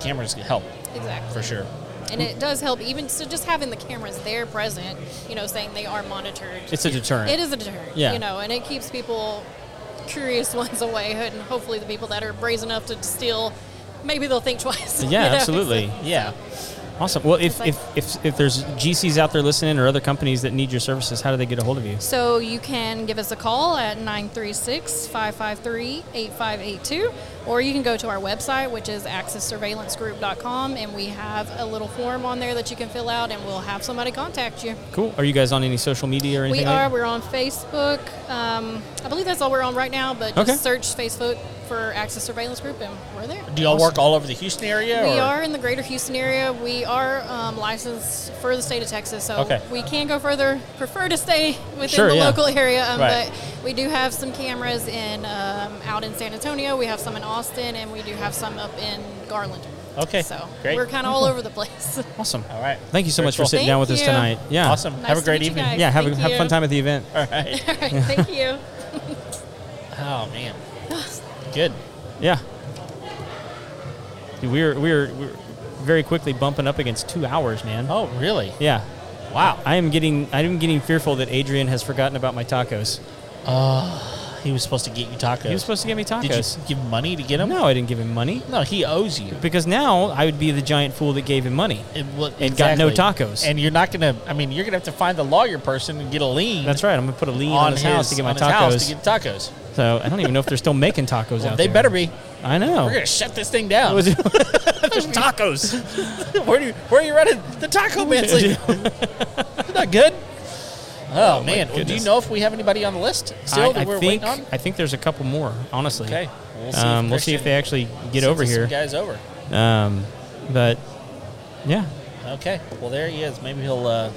cameras can help
Exactly.
for sure.
And it does help, even so, just having the cameras there present, you know, saying they are monitored.
It's a deterrent.
It is a deterrent.
Yeah.
You know, and it keeps people curious ones away, and hopefully the people that are brazen enough to steal, maybe they'll think twice. you
Yeah,
know?
absolutely.
Yeah.
Awesome. Well, if,
It's like-
if, if, if there's GCs out there listening or other companies that need your services, how do they get a hold of you?
So you can give us a call at 936-553-8582, or you can go to our website, which is accesssurveillancegroup.com, and we have a little form on there that you can fill out, and we'll have somebody contact you.
Cool. Are you guys on any social media or
We
anything?
are.
Like
We're on Facebook. Um, I believe that's all we're on right now. But
Okay.
just search Facebook for Access Surveillance Group, and we're there.
Do y'all work all over the Houston area?
We
or?
are in the Greater Houston area. We are um, licensed for the state of Texas, so
Okay.
we can go further. Prefer to stay within
Sure,
the
yeah.
local area, um,
Right.
but we do have some cameras in um, out in San Antonio. We have some in Austin, and we do have some up in Garland.
Okay,
so
great.
we're kind of all over the place.
Awesome.
All right.
Thank you so
Very
much for
cool.
sitting down
Thank
with us
you.
tonight. Yeah.
Awesome.
Nice
Have a
to
great
meet you
evening.
guys.
Yeah. Have a,
Thank
have a
you.
fun time at the event.
All right.
all right, thank you.
Oh man. Good.
Yeah. Dude, we were we were, we were very quickly bumping up against two hours, man.
Oh really?
Yeah.
Wow.
I am getting I am getting fearful that Adrian has forgotten about my tacos.
He was supposed to get you tacos.
He was supposed to get me tacos.
Did you give him money to get them?
no, I didn't give him money
No, he owes you.
because now I would be the giant fool that gave him money.
It, well,
And got no
exactly.
tacos.
And you're not gonna. I mean, you're gonna have to find the lawyer person and get a lien.
That's right. I'm gonna put a lien
On,
on, his, house to get my
on his house
tacos.
to get tacos.
so I don't even know if they're still making tacos
Well,
out
they
there.
better be.
I know.
We're gonna shut this thing down.
Was it-
There's tacos. where do you, where are you running the taco man? Isn't that good? Oh, man. Well, do you
goodness.
know if we have anybody on the list still
I,
that
I
we're
think
waiting on?
I think there's a couple more. Honestly.
Okay. We'll see if
um, we'll see if
Christian
they actually get
sends
over
us some
here.
Guys over.
Um, but yeah,
Okay. Well, there he is. Maybe he'll uh,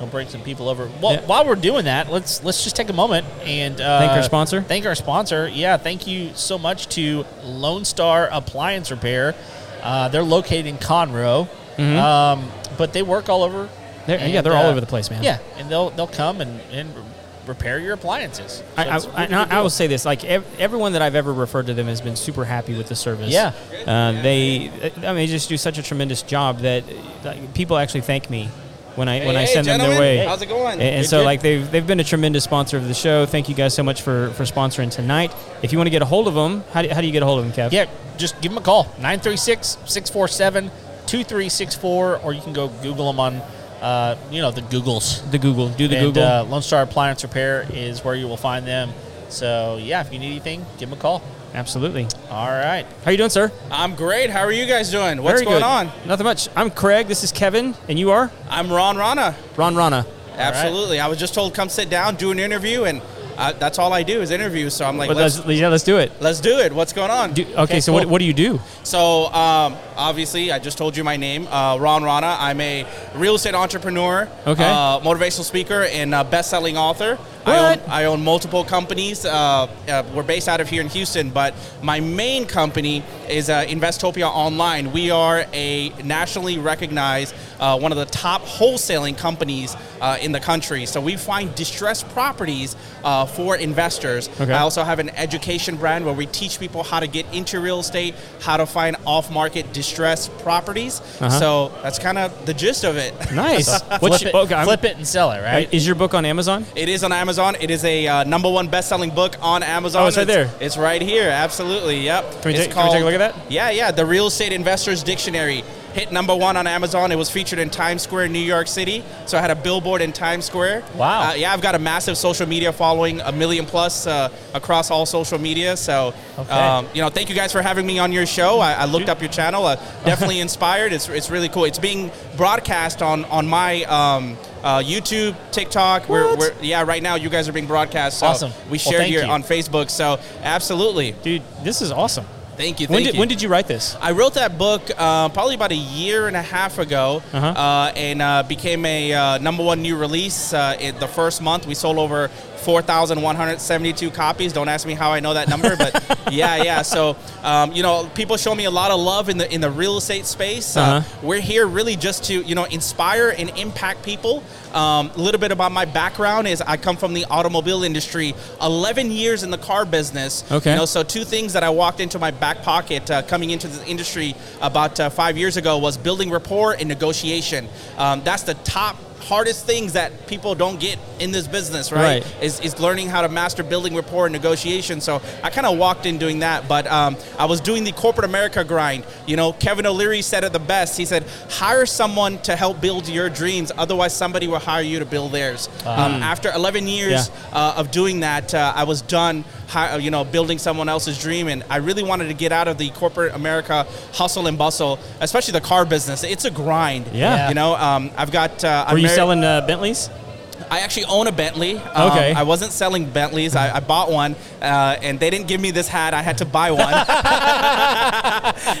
he'll bring some people over. Well,
Yeah.
while we're doing that, let's let's just take a moment and uh,
Thank our sponsor?
Thank our sponsor. Yeah. Thank you so much to Lone Star Appliance Repair. Uh, they're located in Conroe, um, but they work all over.
They're- Mm-hmm. yeah, they're all over the place, man.
uh, Yeah, and they'll they'll come and, and re- repair your appliances. So
I, I,
it's a
I,
really good
and I- I
deal.
will say this: like ev- everyone that I've ever referred to them has been super happy with the service.
Yeah.
uh, they, I mean, they just do such a tremendous job that uh, like, people actually thank me when I when I
hey,
send them their
gentlemen.
way.
How's it going?
And, and
Good,
so,
good.
like they've they've been a tremendous sponsor of the show. Thank you guys so much for for sponsoring tonight. If you want to get a hold of them, how do, how do you get a hold of them, Kev?
Yeah, just give them a call 936 647 2364, or you can go Google them on uh, you know, the Googles.
The Google. Do the
and,
Google.
Uh, Lone Star Appliance Repair is where you will find them. So, yeah, if you need anything, give them a call.
Absolutely.
All right.
How you doing, sir?
I'm great. How are you guys doing? What's
Very
going
good.
on?
Nothing much. I'm Craig. This is Kevin, and you are
I'm Ron Rana.
Ron Rana.
Absolutely. I was just told come sit down, do an interview, and uh, that's all I do is interviews. So I'm like,
But
let's,
let's, yeah, let's do it.
let's do it. What's going on?
Do, okay, so what,
cool.
what do you do?
So um, obviously, I just told you my name, uh, Ron Rana. I'm a real estate entrepreneur,
Okay.
uh, motivational speaker, and uh, best-selling author. I own,
What?
I own multiple companies. Uh, uh, we're based out of here in Houston, but my main company is uh, Investopia Online. We are a nationally recognized, uh, one of the top wholesaling companies uh, in the country. So we find distressed properties uh, for investors.
Okay.
I also also have an education brand where we teach people how to get into real estate, how to find off-market distressed properties.
Uh-huh.
So that's kind of the gist of it.
Nice.
Flip,
What's
it,
your, okay, I'm-
flip it and sell it, right?
Is your book on Amazon?
It is on Amazon. It is a uh, number one best-selling book on Amazon.
Oh, it's right there.
It's right here. Absolutely. Yep.
Can we
It's
take- can we take a look at that?
Yeah, yeah. The Real Estate Investors Dictionary hit number one on Amazon. It was featured in Times Square, New York City. So I had a billboard in Times Square.
Wow.
Uh, yeah, I've got a massive social media following, a million plus uh, across all social media. So,
Okay.
um, you know, thank you guys for having me on your show. I, I looked up your channel. Uh, definitely inspired. It's, it's really cool. It's being broadcast on on my um, uh, YouTube, TikTok. We're,
What?
we're yeah. Right now, you guys are being broadcast. So
Awesome.
We
Well,
shared
thank
here
you.
on Facebook. So absolutely.
Dude, this is awesome.
Thank you. Thank
When did,
you.
when did you write this?
I wrote that book uh, probably about a year and a half ago,
Uh-huh.
uh, and uh, became a uh, number one new release. Uh, in the first month, we sold over four thousand one hundred seventy-two copies. Don't ask me how I know that number, but yeah, yeah. So um, you know, people show me a lot of love in the in the real estate space. Uh,
Uh-huh.
We're here really just to you know inspire and impact people. Um, a little bit about my background is I come from the automobile industry, eleven years in the car business.
Okay.
You know, so two things that I walked into my back pocket uh, coming into this industry about uh, five years ago was building rapport and negotiation. Um, that's the top hardest things that people don't get in this business, right?
Right.
Is, is learning how to master building rapport and negotiation. So I kind of walked in doing that, but um, I was doing the corporate America grind. You know, Kevin O'Leary said it the best. He said, hire someone to help build your dreams. Otherwise, somebody will hire you to build theirs. Um, after 11 years,
Ah. Yeah.
uh, of doing that, uh, I was done, hi- uh, you know, building someone else's dream, and I really wanted to get out of the corporate America hustle and bustle, especially the car business. It's a grind.
Yeah.
you know, um, I've got. Uh, I'm
Were you
married-
selling uh, Bentleys?
I actually own a Bentley. Um,
Okay.
I wasn't selling Bentleys. I, I bought one, uh, and they didn't give me this hat. I had to buy one.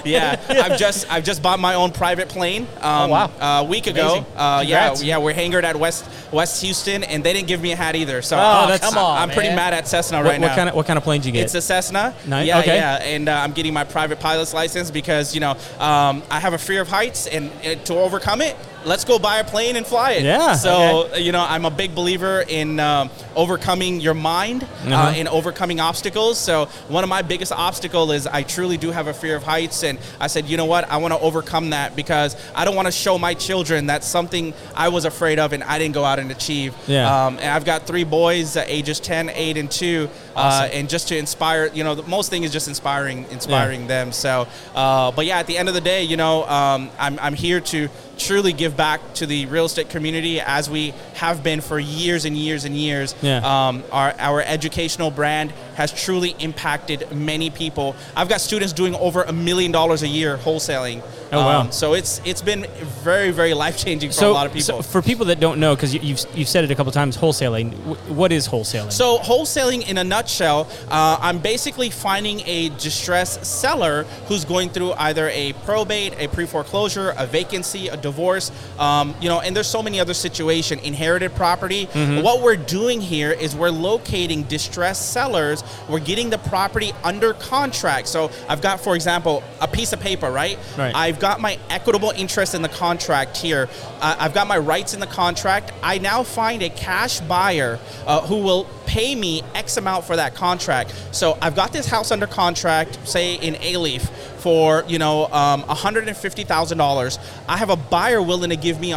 yeah, I've just I've just bought my own private plane.
Oh,
Um,
wow.
A week ago.
Amazing.
Uh, yeah,
Congrats.
yeah, we're hangered at West West Houston, and they didn't give me a hat either. So
Oh,
that's-
come on,
I'm pretty
man.
mad at Cessna
What,
right
what
now.
kind of what kind of plane did you get?
It's a Cessna.
Nice.
Yeah,
Okay.
yeah. And uh, I'm getting my private pilot's license because, you know, um, I have a fear of heights, and, and to overcome it, let's go buy a plane and fly it.
Yeah.
So, uh, you know, I'm a big believer in um, overcoming your mind
Uh-huh.
uh, and overcoming obstacles. So, one of my biggest obstacle is I truly do have a fear of heights, and I said, you know what, I want to overcome that because I don't want to show my children that something I was afraid of and I didn't go out and achieve.
Yeah.
Um, and I've got three boys, uh, ages 10, 8, and 2. Uh, and just to inspire, you know, the most thing is just inspiring inspiring them. So, uh, but yeah, at the end of the day, you know, um, I'm, I'm here to truly give back to the real estate community as we have been for years and years and years.
Yeah.
Um, our, our educational brand has truly impacted many people. I've got students doing over a million dollars a year wholesaling. Um,
Oh, wow.
so it's it's been very, very life changing for
so,
a lot of
so
people.
for people that don't know, because you, you've you've said it a couple times, wholesaling. Wh- What is wholesaling?
So wholesaling, in a nutshell, uh, I'm basically finding a distressed seller who's going through either a probate, a pre-foreclosure, a vacancy, a divorce, um, you know, and there's so many other situation, inherited property. What we're doing here is we're locating distressed sellers. We're getting the property under contract. So I've got, for example, a piece of paper, right?
Right.
I've got my equitable interest in the contract here. Uh, I've got my rights in the contract. I now find a cash buyer uh, who will pay me X amount for that contract. So I've got this house under contract, say in A Leaf, for you know um, $150,000. I have a buyer willing to give me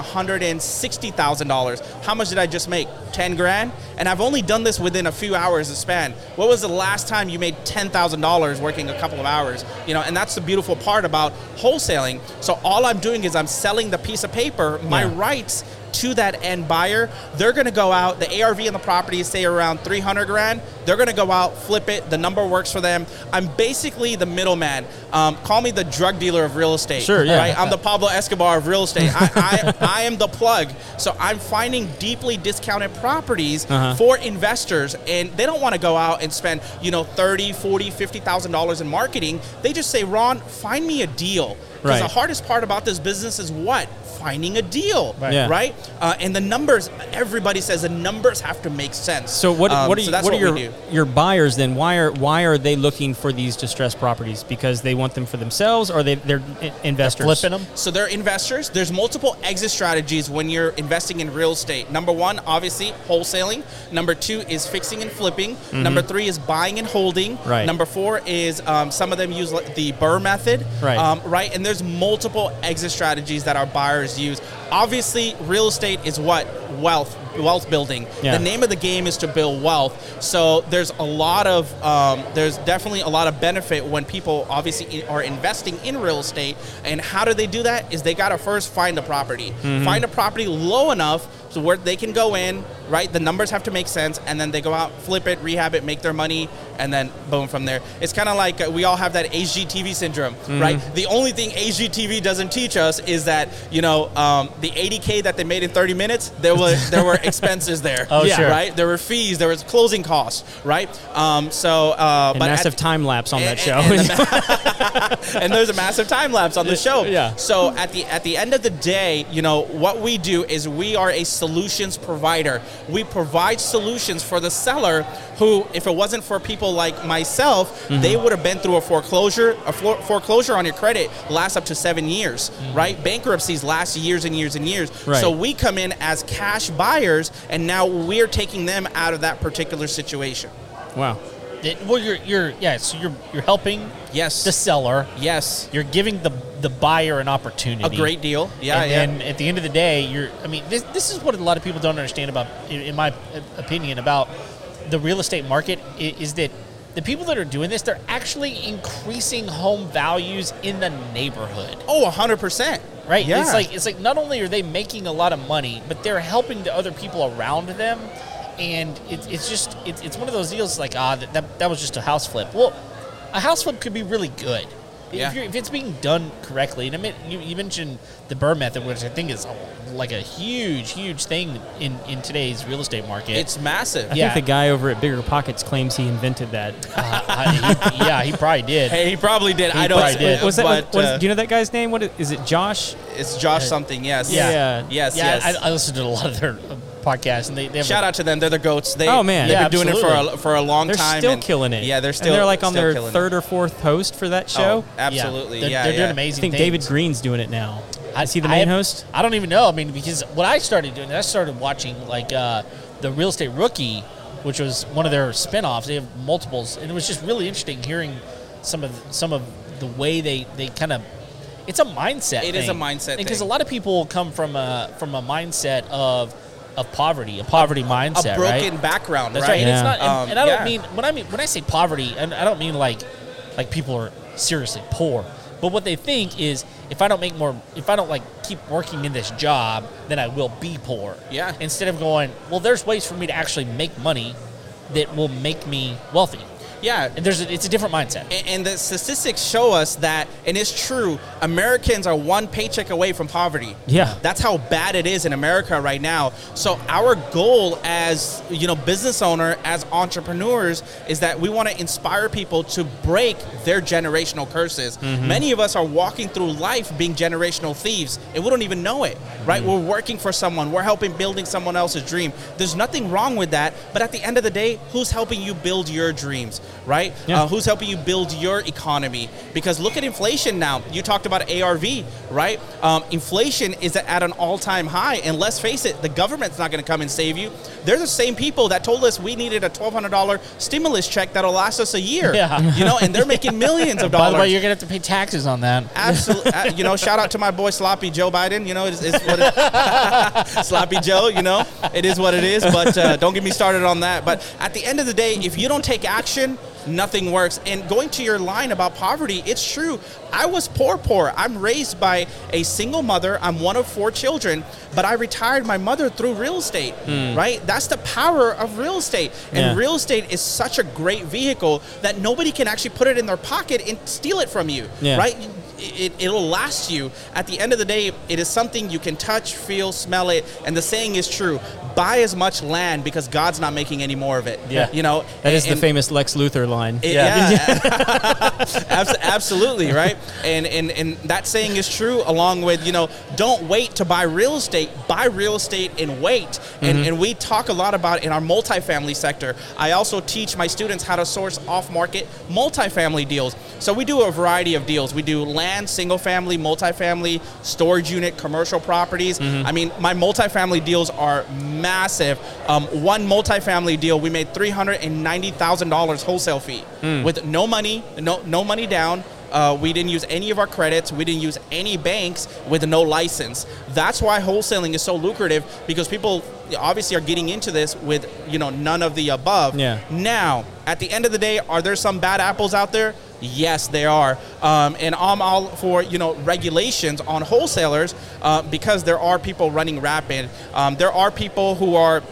$160,000. How much did I just make? 10 grand? And I've only done this within a few hours of span. What was the last time you made $10,000 working a couple of hours? You know, and that's the beautiful part about wholesaling. So all I'm doing is I'm selling the piece of paper, my
Yeah.
rights to that end buyer, they're going to go out. The ARV on the property, say around 300 grand, they're going to go out, flip it. The number works for them. I'm basically the middleman. Um, call me the drug dealer of real estate.
Sure, yeah.
Right? I'm the Pablo Escobar of real estate. I, I, I am the plug. So I'm finding deeply discounted properties
Uh-huh.
for investors, and they don't want to go out and spend you know 30, 40, 50 thousand dollars in marketing. They just say, Ron, find me a deal. Because
Right.
the hardest part about this business is what? Finding a deal,
Right.
Yeah.
right? Uh, and the numbers, everybody says the numbers have to make sense.
So what,
Um,
what are
so
you,
that's
what are
we
your
do.
your buyers then? Why are why are they looking for these distressed properties? Because they want them for themselves, or they they're i- investors
Flipping them.
So they're investors. There's multiple exit strategies when you're investing in real estate. Number one, obviously, wholesaling. Number two is fixing and flipping. Number three is buying and holding.
Mm-hmm. Right.
Number four is um, some of them use like, the Burr method.
Right.
Um, right. And there's multiple exit strategies that our buyers use. Obviously, real estate is what wealth wealth building.
Yeah.
The name of the game is to build wealth. So there's a lot of um, there's definitely a lot of benefit when people obviously i- are investing in real estate. And how do they do that? Is they gotta first find a property, find a property low enough so where they can go in. Right, the numbers have to make sense, and then they go out, flip it, rehab it, make their money, and then boom from there. It's kind of like uh, we all have that HGTV syndrome, right? The only thing HGTV doesn't teach us is that you know um, the 80k that they made in 30 minutes, there was there were expenses there
Oh,
yeah,
sure.
right. There were fees. There was closing costs, right? Um, so, uh,
and
but at-
massive time lapse on that
and-
show.
and- and there's a massive time lapse on the show.
Yeah.
So at the at the end of the day, you know what we do is we are a solutions provider. We provide solutions for the seller who, if it wasn't for people like myself,
Mm-hmm.
they would have been through a foreclosure. A fore- foreclosure on your credit lasts up to seven years, right? Bankruptcies last years and years and years.
Mm-hmm. Right.
So we come in as cash buyers, and now we're taking them out of that particular situation.
wow.
It- well, you're you're yeah. So you're you're helping
Yes.
the seller.
yes.
You're giving the the buyer an opportunity.
A great deal. Yeah.
and
yeah.
then at the end of the day, you're. I mean, this, this is what a lot of people don't understand about, in, in my opinion, about the real estate market i- is that the people that are doing this, they're actually increasing home values in the neighborhood.
Oh, 100%.
Right?
Yeah.
It's like it's like not only are they making a lot of money, but they're helping the other people around them, and it, it's just it's, it's one of those deals like ah that, that that was just a house flip. Well, a house flip could be really good.
Yeah.
If, you're, if it's being done correctly, and I mean, you, you mentioned the Burr method, which I think is a, like a huge, huge thing in, in today's real estate market.
it's massive.
I
Yeah.
think the guy over at Bigger Pockets claims he invented that.
Uh, I- he- yeah, he probably did.
Hey, he probably did. I don't.
probably did.
was that?
but,
was-
uh,
do you know that guy's name? What is, is it? Josh?
it's Josh something. Yes.
Yeah.
Yeah.
Yes.
yeah,
yes.
I, I listened to a lot of their uh, podcasts, and they, they have
Shout
a,
out to them. They're the goats. They,
Oh, man.
they've
Yeah,
been doing it for
absolutely.
a, for a long
They're
time.
still
and-
killing it.
Yeah, they're
And
still.
they're like on
still
their
killing it.
third or fourth host for that show.
Oh, absolutely.
They're,
yeah,
they're
yeah.
doing
I
amazing.
think
things.
David Green's doing it now.
I
Is he the main
I-
host?
I don't even know. I mean, because what I started doing, I started watching like uh, the Real Estate Rookie, which was one of their spinoffs. They have multiples, and it was just really interesting hearing some of some of the way they they kind of. It's a mindset.
It is a mindset
because a
thing.
lot of people come from a from a mindset of of poverty, a poverty mindset,
A
right?
broken background,
That's right. And
Yeah.
it's not. And,
Um,
and I don't mean
yeah.
when I mean when I say poverty, and I don't mean like like people are seriously poor. But what they think is if I don't make more, if I don't like keep working in this job, then I will be poor.
Yeah.
Instead of going, well, there's ways for me to actually make money that will make me wealthy.
Yeah.
And there's a, it's a different mindset.
And, and the statistics show us that, and it's true, Americans are one paycheck away from poverty.
Yeah.
That's how bad it is in America right now. So our goal as, you know, business owner, as entrepreneurs, is that we want to inspire people to break their generational curses.
Mm-hmm.
Many of us are walking through life being generational thieves, and we don't even know it, right?
Mm-hmm.
We're working for someone. We're helping building someone else's dream. There's nothing wrong with that, but at the end of the day, who's helping you build your dreams, right?
Yeah.
Uh, who's helping you build your economy? Because look at inflation now. You talked about ARV, right? Um, inflation is at an all-time high, and let's face it, the government's not going to come and save you. They're the same people that told us we needed a twelve hundred dollar stimulus check that'll last us a year.
Yeah.
you know, and they're making millions of
By
dollars.
the way, you're gonna have to pay taxes on that.
Absolutely, uh, you know. Shout out to my boy Sloppy Joe Biden. You know, it's, it's what it, Sloppy Joe. You know, it is what it is. But uh, don't get me started on that. But at the end of the day, if you don't take action, nothing works. And going to your line about poverty, it's true. I was poor, poor. I'm raised by a single mother. I'm one of four children, but I retired my mother through real estate, right? That's the power of real estate. And
Yeah.
real estate is such a great vehicle that nobody can actually put it in their pocket and steal it from you,
Yeah.
right? It, it'll last you. At the end of the day, it is something you can touch, feel, smell it. And the saying is true buy as much land because God's not making any more of it.
Yeah.
You know,
That is
and-
the famous Lex Luthor line.
it-
Yeah.
yeah, Abs- absolutely, right? And, and and that saying is true. Along with you know, don't wait to buy real estate. Buy real estate and wait. And and we talk a lot about in our multifamily sector. I also teach my students how to source off-market multifamily deals. So we do a variety of deals. We do land, single-family, multifamily, storage unit, commercial properties. I mean, my multifamily deals are massive. Um, one multifamily deal, we made three hundred and ninety thousand dollars wholesale fee with no money, no no money down. Uh, we didn't use any of our credits. We didn't use any banks with no license. That's why wholesaling is so lucrative because people obviously are getting into this with you know none of the above.
Yeah.
Now, at the end of the day, are there some bad apples out there? Yes, they are, um, and I'm all for you know regulations on wholesalers uh, because there are people running rapid. Um, there are people who are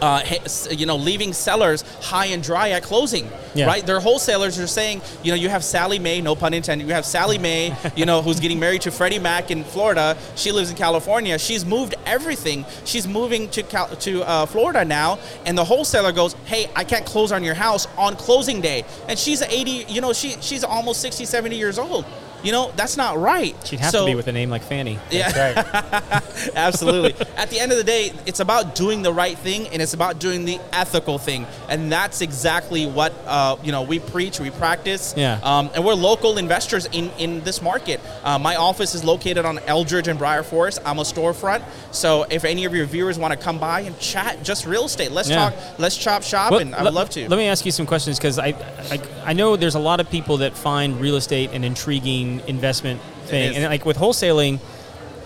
uh, he- s- you know, leaving sellers high and dry at closing,
Yeah.
right? Their wholesalers are saying, you know, you have Sally Mae, no pun intended, you have Sally Mae, you know, who's getting married to Freddie Mac in Florida. She lives in California. She's moved everything. She's moving to Cal- to uh, Florida now, and the wholesaler goes, hey, I can't close on your house on closing day, and she's 80, you know, she she's almost 60, 70 years old. You know, that's not right.
She'd have
So-
to be with a name like Fanny.
yeah.
That's right.
Absolutely. At the end of the day, it's about doing the right thing and it's about doing the ethical thing, and that's exactly what uh, you know we preach, we practice.
Yeah.
Um, and we're local investors in in this market. Uh, my office is located on Eldridge and Briar Forest. I'm a storefront, so if any of your viewers want to come by and chat, just real estate. Let's
Yeah.
talk. Let's chop shop,
Well,
and I
le-
would love to.
Let me ask you some questions because I, I, I know there's a lot of people that find real estate an intriguing investment thing,
is.
and like with wholesaling,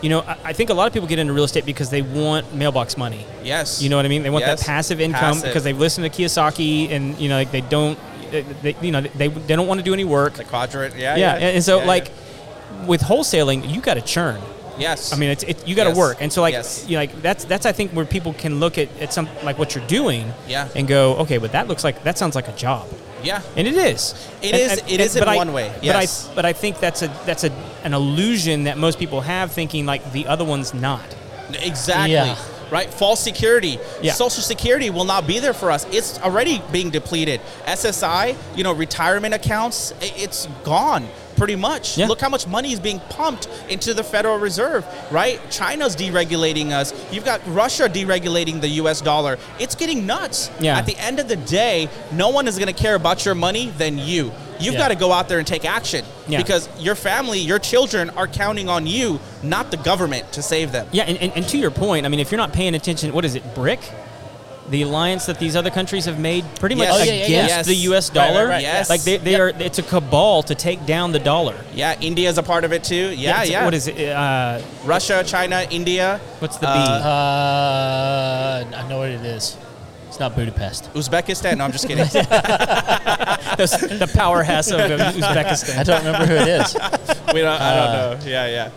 you know, I, I think a lot of people get into real estate because they want mailbox money.
yes.
You know what I mean? They want
Yes.
that passive income
Passive.
because they've listened to Kiyosaki, and you know, like they don't, they, they- you know, they they don't want to do any work.
the quadrant. Yeah.
yeah, and, and so
Yeah, yeah.
like with wholesaling, you got to churn.
yes.
I mean, it's, it, you got to
Yes.
work, and so like,
Yes.
you know, like that's that's I think where people can look at, at some like what you're doing,
Yeah.
and go, okay, but that looks like that sounds like a job,
yeah.
and it is.
It
and,
is-
and-
it
and-
is in
but I-
one way, yes.
But I but I think that's a that's a an illusion that most people have, thinking like the other one's not.
Exactly.
Yeah.
Right? False security.
Yeah.
Social security will not be there for us. It's already being depleted. SSI, you know, retirement accounts, i- it's gone pretty much.
Yeah.
Look how much money is being pumped into the Federal Reserve, right? China's deregulating us. You've got Russia deregulating the US dollar. It's getting nuts.
Yeah.
At the end of the day, no one is going to care about your money than you. You've
Yeah.
got to go out there and take action
Yeah.
because your family, your children are counting on you, not the government, to save them.
Yeah, and, and, and to your point, I mean, if you're not paying attention, what is it, brick? The alliance that these other countries have made, pretty much
Yes. Oh,
yeah, yeah, yeah.
against
Yes.
the U.S.
Right, right,
dollar.
right. Yes.
like they, they
Yep.
are. It's a cabal to take down the dollar.
Yeah, India's a part of it too. Yeah, yeah.
it's- What is it? Uh,
Russia, China, India,
what's the
Uh,
B?
Uh, I know what it is. It's not Budapest.
Uzbekistan? No, I'm just kidding.
That's the powerhouse of Uzbekistan.
I don't remember who it is.
we don't, I don't know. Yeah, yeah.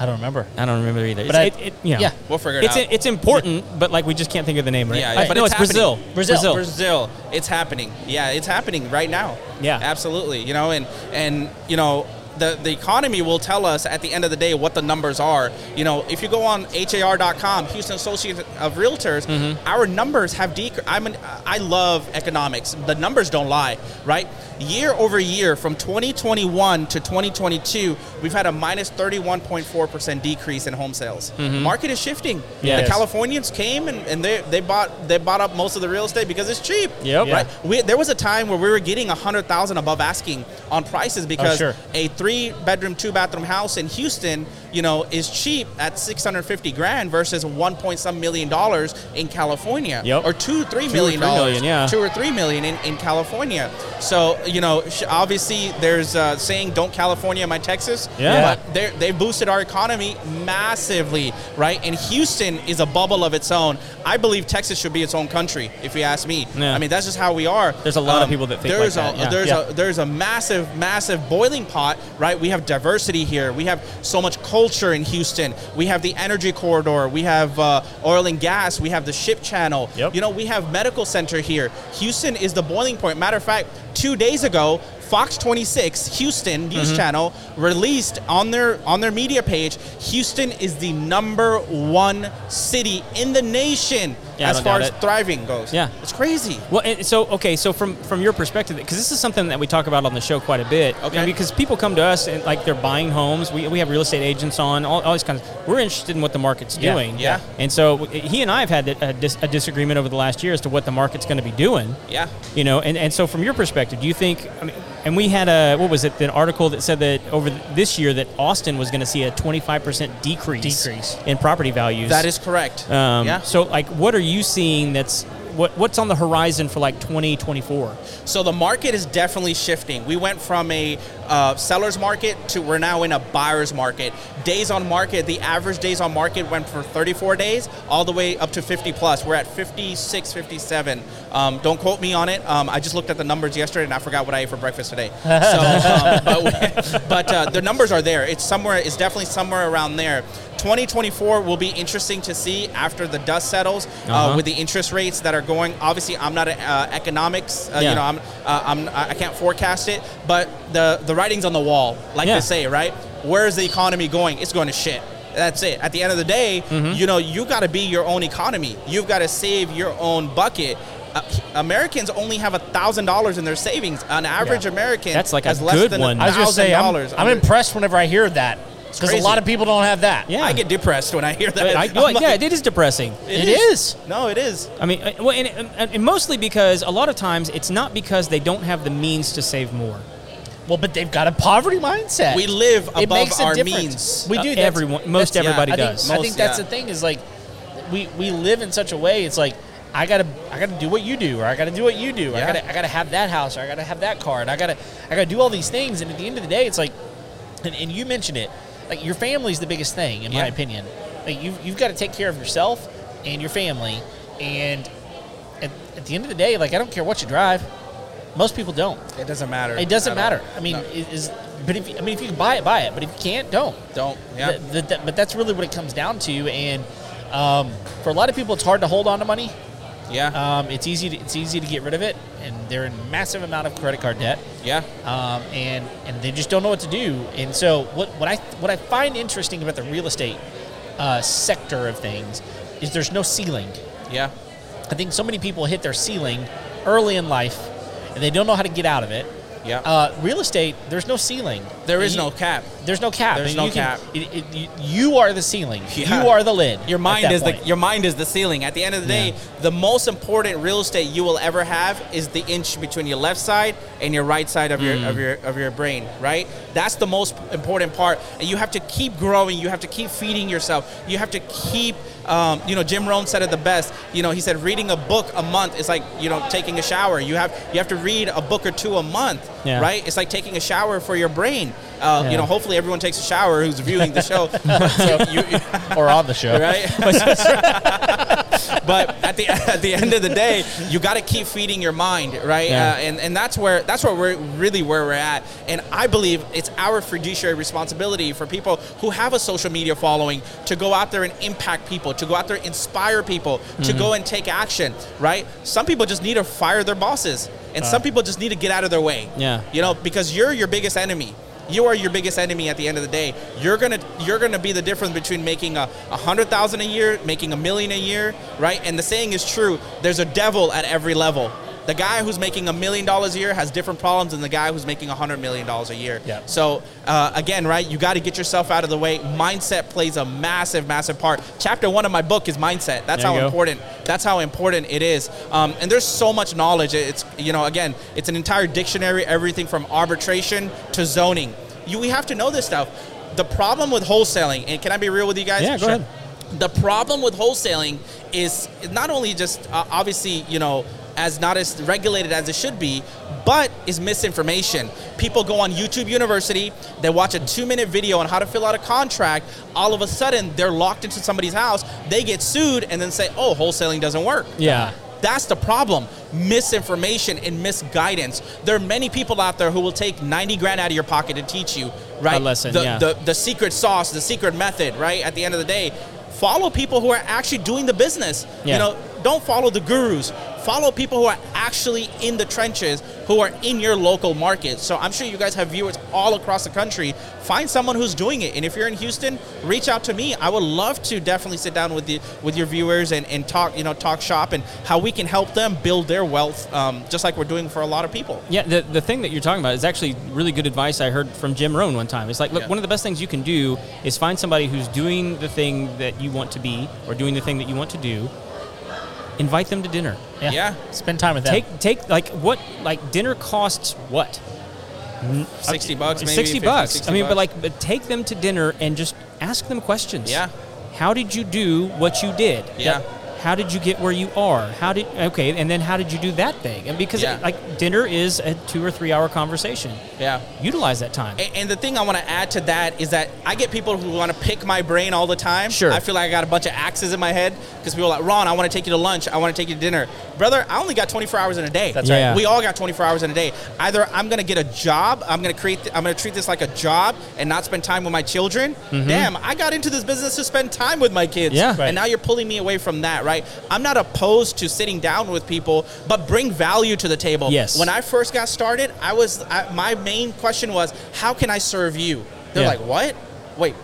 I don't remember.
I don't remember either.
But
It's-
I-
it, it, you know,
yeah.
We'll figure it
it's
out.
it's important, but like we just can't think of the name right.
Yeah,
I-
yeah, but
no,
it's
it's, Brazil.
happening.
Brazil.
Brazil, it's happening. Yeah, it's happening right now.
Yeah.
absolutely. You know, and and you know. The, the economy will tell us at the end of the day what the numbers are. You know, if you go on HAR.com, Houston Associate of Realtors,
Mm-hmm.
our numbers have decreased. I'm an, I love economics. The numbers don't lie, right? Year over year, from 2021 to 2022, we've had a minus 31.4% decrease in home sales.
Mm-hmm.
Market is shifting.
Yes.
The Californians came and, and they, they bought they bought up most of the real estate because it's cheap.
Yep. Oh,
Right. We, there was a time where we were getting a hundred thousand above asking on prices because
sure.
a three bedroom, two bathroom house in Houston, you know, is cheap at 650 grand versus one point some million dollars in California.
Yep.
Or two, three
Two or
million
three
dollars.
million, yeah.
Two or three million in, in California. So, you know, sh- obviously there's uh, saying don't California my Texas.
Yeah.
But they're- they boosted our economy massively, right? And Houston is a bubble of its own. I believe Texas should be its own country, if you ask me.
Yeah.
I mean, that's just how we are. Um,
There's a lot of people that think like
there's
that,
A,
yeah.
There's
Yeah.
a there's a massive, massive boiling pot, right? We have diversity here. We have so much culture in Houston. We have the energy corridor. We have uh, oil and gas. We have the ship channel.
Yep.
You know, we have medical center here. Houston is the boiling point. Matter of fact, two days ago, Fox 26 Houston news
Mm-hmm.
channel released on their on their media page, Houston is the number one city in the nation
Yeah, I
as
don't
far
doubt
as
it.
thriving goes.
Yeah.
it's crazy.
Well, and so okay, so from from your perspective, because this is something that we talk about on the show quite a bit.
Okay.
and because people come to us and like they're buying homes. We, we have real estate agents on all, all these kinds. Of, we're interested in what the market's
Yeah,
doing.
yeah.
And so w- he and I have had a, dis, a disagreement over the last year as to what the market's going to be doing.
Yeah.
You know, and, and so from your perspective, do you think? I mean, and we had a what was it? An article that said that over th- this year that Austin was going to see a twenty five percent decrease
Decrease.
in property values.
That is correct.
Um,
yeah.
So, like, what are you seeing? That's what what's on the horizon for like 2024?
So the market is definitely shifting. We went from a uh, seller's market to we're now in a buyer's market. Days on market, the average days on market went from 34 days all the way up to 50 plus. We're at 56, 57. Um, don't quote me on it. Um, I just looked at the numbers yesterday and I forgot what I ate for breakfast today. So, um, but but uh, the numbers are there. It's somewhere. It's definitely somewhere around there. 2024 will be interesting to see after the dust settles uh,
Uh-huh.
with the interest rates that are going. Obviously, I'm not an uh, economics. Uh,
Yeah.
You know, I'm uh, I'm I can't forecast it, but the the writing's on the wall, like
Yeah.
they say, right? Where is the economy going? It's going to shit. That's it. At the end of the day,
Mm-hmm.
you know, you got to be your own economy. You've got to save your own bucket. Uh, Americans only have a thousand dollars in their savings. An average
Yeah.
American
That's like a
has less
good
than
one.
I was gonna say, I'm,
$1,000
I'm
under-
impressed whenever I hear that because a
crazy.
lot of people don't have that.
Yeah.
I get depressed when I hear that.
I,
I'm
Uh, well,
like,
yeah, it is depressing.
it is.
No, it is.
I mean, uh, well, and, and, and mostly because a lot of times it's not because they don't have the means to save more.
Well, but they've got a poverty mindset.
We live
it
above
makes a
our
difference.
means.
We
Uh,
do.
everyone- most
that's-
everybody
I think-
does.
I think
Most,
that's
yeah.
the thing is like, we we live in such a way. It's like I gotta I gotta do what you do, or I gotta do what you do. Or I
Yeah.
gotta I gotta have that house, or I gotta have that car, and I gotta I gotta do all these things. And at the end of the day, it's like, and, and you mentioned it, like your family's the biggest thing in my
Yeah.
opinion. Like you you've got to take care of yourself and your family, and at, at the end of the day, like I don't care what you drive. Most people don't.
It doesn't matter.
It doesn't
at
matter.
all.
I mean,
No,
it is but if I mean if you can buy it, buy it. But if you can't, don't.
don't. Yeah.
Th- th- th- but that's really what it comes down to. And um, for a lot of people, it's hard to hold on to money.
yeah.
Um, it's easy. To, it's easy to get rid of it, and they're in massive amount of credit card debt,
yeah.
um, and and they just don't know what to do. And so what what I what I find interesting about the real estate uh, sector of things is there's no ceiling.
Yeah.
I think so many people hit their ceiling early in life, and they don't know how to get out of it.
Yeah.
Uh, real estate, there's no ceiling.
there is
You-
no cap.
There's no cap.
There's
I mean,
no
you can-
cap.
it- it- you, you are the ceiling.
Yeah.
You are the lid.
Your
at
mind
that
is
point.
the your mind is the ceiling. At the end of the day, the most important real estate you will ever have is the inch between your left side and your right side of your
Mm.
of your of your brain, right? That's the most important part. And you have to keep growing, you have to keep feeding yourself. You have to keep um, you know, Jim Rohn said it the best. You know, he said reading a book a month is like, you know, taking a shower. You have you have to read a book or two a month,
Yeah.
right? It's like taking a shower for your brain. Uh,
Yeah.
You know, hopefully everyone takes a shower who's viewing the show. So you-
or on the show.
right? but at the at the end of the day, you got to keep feeding your mind, right?
Yeah.
Uh, and and that's where that's where we're really where we're at. And I believe it's our fiduciary responsibility for people who have a social media following to go out there and impact people, to go out there and inspire people, to
Mm-hmm.
go and take action, right? Some people just need to fire their bosses, and some people just need to get out of their way.
Uh. Yeah.
You know, because you're your biggest enemy. You are your biggest enemy at the end of the day. You're gonna you're gonna be the difference between making a, a hundred thousand a year, making a million a year, right? And the saying is true. There's a devil at every level. The guy who's making a million dollars a year has different problems than the guy who's making a hundred million dollars a year.
Yeah.
So uh, again, right? You got to get yourself out of the way. Mindset plays a massive, massive part. Chapter one of my book is mindset. That's
There you
how
go.
important important. That's how important it is. Um, and there's so much knowledge. It's you know again, it's an entire dictionary, everything from arbitration to zoning. You, we have to know this stuff. The problem with wholesaling, and can I be real with you guys?
Yeah, go ahead.
The problem with wholesaling is not only just uh, obviously, you know, as not as regulated as it should be, but is misinformation. People go on YouTube University, they watch a two minute video on how to fill out a contract. All of a sudden, they're locked into somebody's house, they get sued, and then say, oh, wholesaling doesn't work.
Yeah.
That's the problem. Misinformation and misguidance. There are many people out there who will take 90 grand out of your pocket to teach you, right?
A lesson,
the,
yeah.
the, uh, the secret sauce, the secret method, right? At the end of the day, follow people who are actually doing the business.
Yeah.
You know, don't follow the gurus. Follow people who are actually in the trenches, who are in your local market. So I'm sure you guys have viewers all across the country. Find someone who's doing it. And if you're in Houston, reach out to me. I would love to definitely sit down with you with your viewers and, and talk, you know, talk shop and how we can help them build their wealth, um, just like we're doing for a lot of people.
Yeah, the, the thing that you're talking about is actually really good advice I heard from Jim Rohn one time. It's like, look,
Yeah.
one of the best things you can do is find somebody who's doing the thing that you want to be or doing the thing that you want to do. Invite them to dinner.
Yeah.
Yeah.
Spend time with them.
Take take like what like dinner costs what?
60 bucks, maybe.
60
50,
Uh, bucks.
60
I mean, but
bucks.
like but take them to dinner and just ask them questions.
Yeah.
How did you do what you did?
Yeah.
That- How did you get where you are? How did okay, and then how did you do that thing? And because
Yeah.
like dinner is a 2 or 3 hour conversation.
yeah.
Utilize that time.
And, and the thing I want to add to that is that I get people who want to pick my brain all the time.
Sure.
I feel like I got a bunch of axes in my head because people are like, Ron, I want to take you to lunch. I want to take you to dinner. Brother, I only got 24 hours in a day.
That's
right. Yeah.
We all got 24 hours in a day. Either I'm going to get a job, I'm going to create, I'm going to treat this like a job and not spend time with my children. Damn, I got into this business to spend time with my kids.
Mm-hmm. Yeah.
And now you're pulling me away from that, right? I'm not opposed to sitting down with people, but bring value to the table.
Yes.
When I I first got started, I was I, my main question was, how can I serve you? They're
Yeah.
like, what? Wait.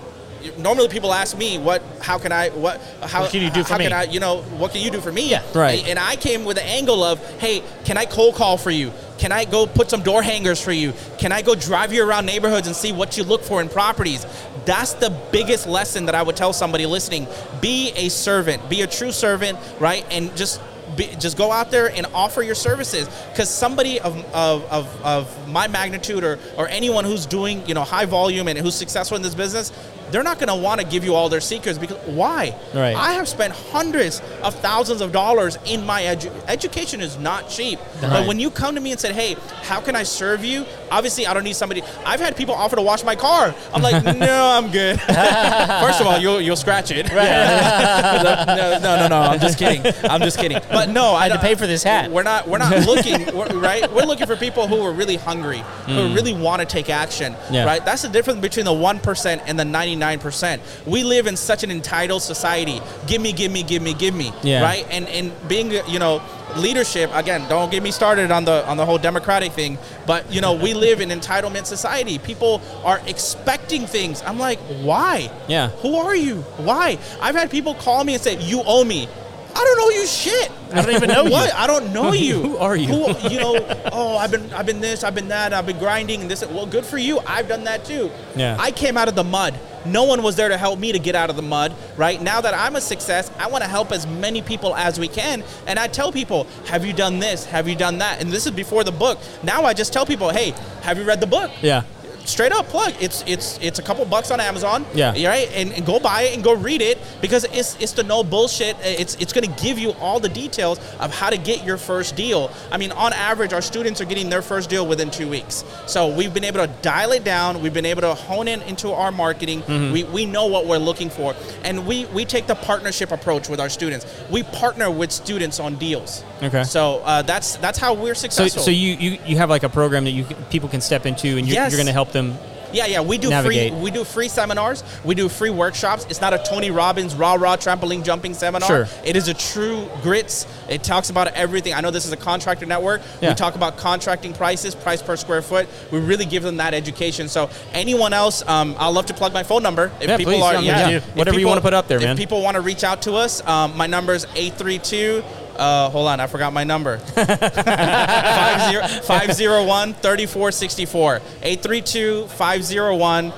you- Normally, people ask me, "What? How can I? What? How
What can you do for
how Can
me?
I, you know, what can you do for me?
right.
And, and I came with an angle of, "Hey, can I cold call for you? Can I go put some door hangers for you? Can I go drive you around neighborhoods and see what you look for in properties?" That's the biggest lesson that I would tell somebody listening: be a servant, be a true servant, right? And just be, just go out there and offer your services because somebody of, of, of, of my magnitude or, or anyone who's doing you know high volume and who's successful in this business they're not going to want to give you all their secrets because why
Right.
i have spent hundreds of thousands of dollars in my edu- education is not cheap
Right.
but when you come to me and said hey how can i serve you obviously i don't need somebody i've had people offer to wash my car i'm like no i'm good first of all you'll, you'll scratch it no, no, no, no. I'm just kidding. I'm just kidding. But no, I
had to
don't-
pay for this hat.
We're not. We're not looking. we're- right? We're looking for people who are really hungry, who really want to take action.
Yeah.
Right? That's the difference between the one percent and the ninety-nine percent. We live in such an entitled society. Give me, give me, give me, give me.
Yeah.
Right? And and being you know leadership again. Don't get me started on the on the whole democratic thing. But you know we live in entitlement society. People are expecting things. I'm like, why?
Yeah.
Who are you? Why? I've had people call me and say, "You owe me." I don't owe you shit.
I don't even know you.
what. I don't know you.
Who are you?
Who, you know? Oh, I've been, I've been this, I've been that, I've been grinding and this. Well, good for you. I've done that too.
Yeah.
I came out of the mud. No one was there to help me to get out of the mud. Right now that I'm a success, I want to help as many people as we can. And I tell people, "Have you done this? Have you done that?" And this is before the book. Now I just tell people, "Hey, have you read the book?"
yeah.
straight up plug. It's it's it's a couple bucks on Amazon.
Yeah.
You're Right. And, and go buy it and go read it because it's it's the no bullshit. It's it's going to give you all the details of how to get your first deal. I mean, on average, our students are getting their first deal within two weeks. So we've been able to dial it down. We've been able to hone in into our marketing.
Mm-hmm.
We we know what we're looking for, and we we take the partnership approach with our students. We partner with students on deals.
Okay.
So uh, that's that's how we're
So,
successful.
so you, you, you have like a program that you c- people can step into and you're,
Yes.
you're going to help them.
Yeah, yeah, we do
Navigate.
free we do free seminars, we do free workshops. It's not a Tony Robbins rah rah trampoline jumping seminar.
Sure.
It is a true grits. It talks about everything. I know this is a contractor network.
Yeah.
We talk about contracting prices, price per square foot. We really give them that education. So anyone else, um, I'll love to plug my phone number. If
Yeah, please, yeah, yeah.
if
Whatever you wanna put up there,
if
man.
people want to reach out to us, um, my number is eight three two. Uh, hold on, I forgot my number. 501 3464. 832 501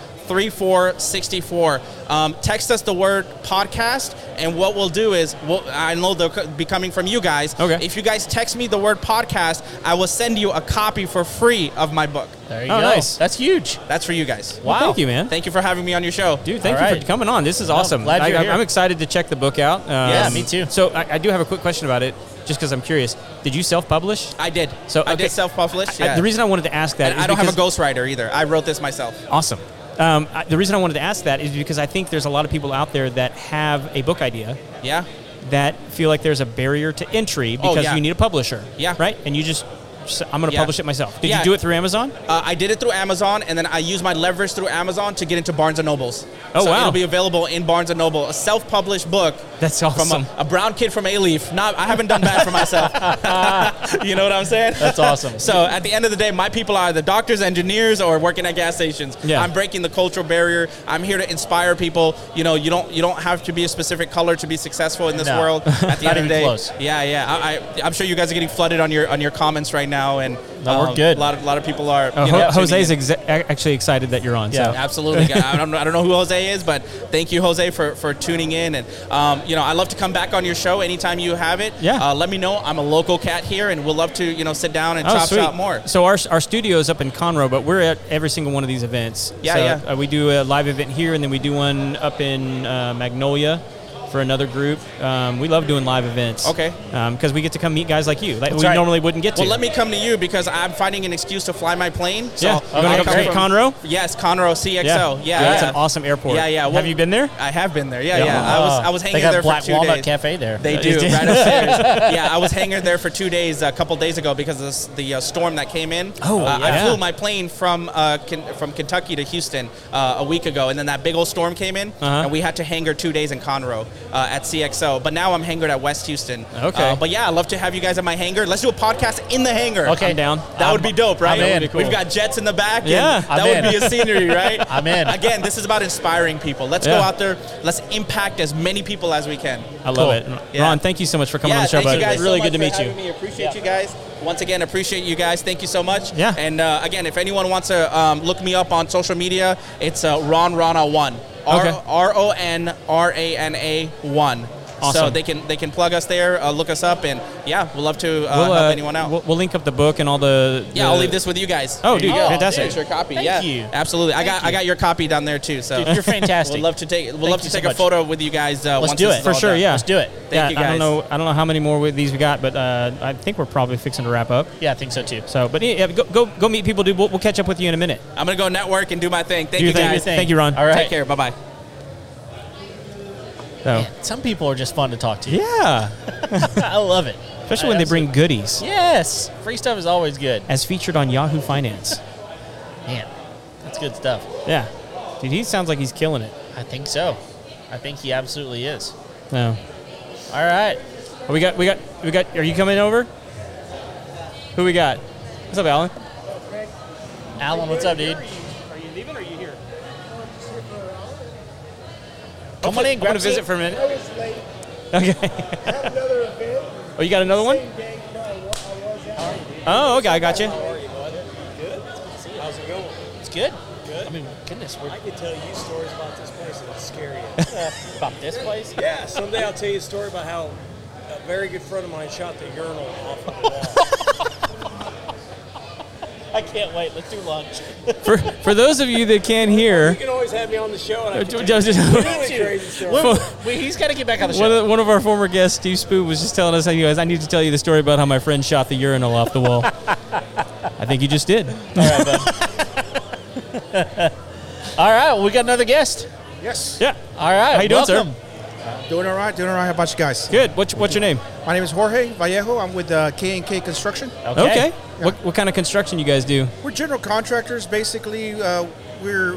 3464. Um, text us the word podcast, and what we'll do is, we'll, I know they'll co- be coming from you guys.
Okay.
If you guys text me the word podcast, I will send you a copy for free of my book.
There you
Oh,
go.
nice.
That's huge.
That's for you guys.
Well,
Wow.
thank you, man.
Thank you for having me on your show.
Dude, thank
All
you for
right.
coming on. This is awesome.
glad you're
I,
here.
am excited to check the book out. Um,
Yeah, me too.
So I, I do have a quick question about it, just because I'm curious. Did you self-publish?
I did.
So,
I
okay.
did self-publish.
I-
yeah.
the reason I wanted to ask that
And
is
I don't have a
because-
ghostwriter either. I wrote this myself.
Awesome. Um, I, the reason I wanted to ask that is because I think there's a lot of people out there that have a book idea
Yeah.
that feel like there's a barrier to entry
Oh,
because
yeah.
you need a publisher.
Yeah.
Right? And you just, just, I'm going to
Yeah.
publish it myself. Did
Yeah.
you do it through Amazon?
Uh, I did it through Amazon, and then I used my leverage through Amazon to get into Barnes and Nobles.
Oh,
so
wow.
It'll be available in Barnes and Noble, a self-published book.
That's awesome.
From a, a brown kid from A Leaf. Not, I haven't done bad for myself. you know what I'm saying?
That's awesome.
Uh,
So at the end of the day, my people are the doctors, engineers, or working at gas stations.
Yeah.
I'm breaking the cultural barrier. I'm here to inspire people. You know, you don't you don't have to be a specific color to be successful in this
No.
world. At
Not
the end of
even
the day,
close.
yeah, yeah. I, I, I'm sure you guys are getting flooded on your on your comments right now, and um,
No, we're good.
A lot of lot of people are.
Oh,
you know,
Ho-
tuning
Jose's
in.
exa- a- actually excited that you're on.
Yeah.
So.
Absolutely. I don't, I don't know who Jose is, but thank you, Jose, for, for tuning in. And, um, you know, I love to come back on your show anytime you have it.
Yeah.
Uh, let me know. I'm a local cat here, and we'll love to, you know, sit down and
Oh,
chop
sweet.
shop more.
So our, our studio is up in Conroe, but we're at every single one of these events.
Yeah,
so,
yeah.
Uh, we do a live event here, and then we do one up in uh, Magnolia for another group. Um, we love doing live events.
Okay.
Because we get to come meet guys like you that we
right.
normally wouldn't get to.
Well, let me come to you because I'm finding an excuse to fly my plane. So
Yeah. You wanna
I'll
go
come
visit
from-
Conroe?
Yes, Conroe CXO. Yeah, yeah.
It's an awesome airport.
Yeah, yeah. Well-
Have you been there?
I have been there. Yeah,
Yeah.
yeah. I was
Ah,
I was
they
hanging
got
there
Black
for two
Walnut
days.
Cafe there.
They
Uh,
do
is it-
right upstairs. yeah, I was hanging there for two days a couple days ago because of this, the uh, storm that came in.
Oh,
Uh,
yeah.
I flew my plane from uh, Ken- from Kentucky to Houston uh, a week ago, and then that big old storm came in,
Uh-huh.
and we had to hangar two days in Conroe uh, at CXO. But now I'm hangared at West Houston.
Okay.
Uh, but yeah, I love to have you guys at my hangar. Let's do a podcast in the hangar.
Okay.
I'm down.
That would be dope, right?
I'm in. That'd be
We've
cool.
got jets in the back. and
Yeah.
that
I'm
would
in.
be a scenery, right?
I'm in.
Again, this is about inspiring people. Let's go
Yeah.
out there. Let's impact as many people as we can.
I love
Cool.
it.
Yeah.
Ron, thank you so much for coming
yeah,
on the show,
thank
buddy.
you guys.
It's
so
really
much
good to
for
meet you.
having Me. Appreciate you guys. Once again, appreciate you guys. Thank you so much.
Yeah.
And uh, again, if anyone wants to um, look me up on social media, it's uh, Ron Rana One.
Okay.
R O N R A N A One. So
Awesome.
they can they can plug us there, uh, look us up, and yeah, we'll love to uh,
We'll,
help
uh,
anyone out.
We'll, we'll link up the book and all the.
yeah,
the-
I'll leave this with you guys.
Oh,
There you
dude,
go.
fantastic.
There's your copy.
Thank
yeah,
you.
absolutely. I got
Thank
I got your copy down there too. So
Dude, you're fantastic.
We'll love to take. We'll
Thank
love
you
to
so
take a
much.
photo with you guys. Uh,
Let's
once
do
this
it.
is
For
all
sure,
done.
yeah.
Let's do it.
Thank
yeah,
you
I don't
guys.
know. I don't know how many more with these we got, but uh, I think we're probably fixing to wrap up.
Yeah, I think so too.
So, but yeah, go, go go meet people, dude. We'll, we'll catch up with you in a minute.
I'm gonna go network and do my thing.
Do
Thank you,
your thing.
guys.
Do your thing. Thank you, Ron.
All right.
Take care. Bye bye.
So,
Man, some people are just fun to talk to.
yeah,
I love it.
especially when they bring goodies,
Yes, free stuff is always good.
as featured on Yahoo Finance.
Man, that's good stuff.
yeah, dude, he sounds like he's killing it.
I think so. I think he absolutely is.
No,
All right.
Oh, we got we got we got. Are you coming over? Who we got? What's up, Alan?
Alan, what's up, dude?
Are you leaving or are you here?
Come on in,
I'm
grab
gonna
a seat.
visit for a minute.
I was late.
Okay.
I have another event.
Oh, you got another one?
Same day no, I wa- I was out.
Oh, okay, I got you.
It's good. I mean, goodness, we're
"Oh, I could tell you stories about this place that's scary.
about this place.
yeah, someday I'll tell you a story about how a very good friend of mine shot the urinal off of the wall.
I can't wait. Let's do lunch.
For for those of you that can't hear,
you can always have me on the show and I
Jo-
can
Jo-
tell you
Jo-
really crazy stories.
Wait, wait, he's got to get back on the
One
show.
of, one of our former guests, Steve Spoon, was just telling us, "Hey, guys, I need to tell you the story about how my friend shot the urinal off the wall." I think you just did.
All right, well, we got another guest.
Yes.
Yeah.
All right,
How you doing, sir?
welcome.
Doing all right. Doing all right. How about you guys?
Good. What's, what's your name?
My name is Jorge Vallejo. I'm with uh, K&K Construction.
Okay.
What, what kind of construction you guys do?
We're general contractors. Basically, uh, we're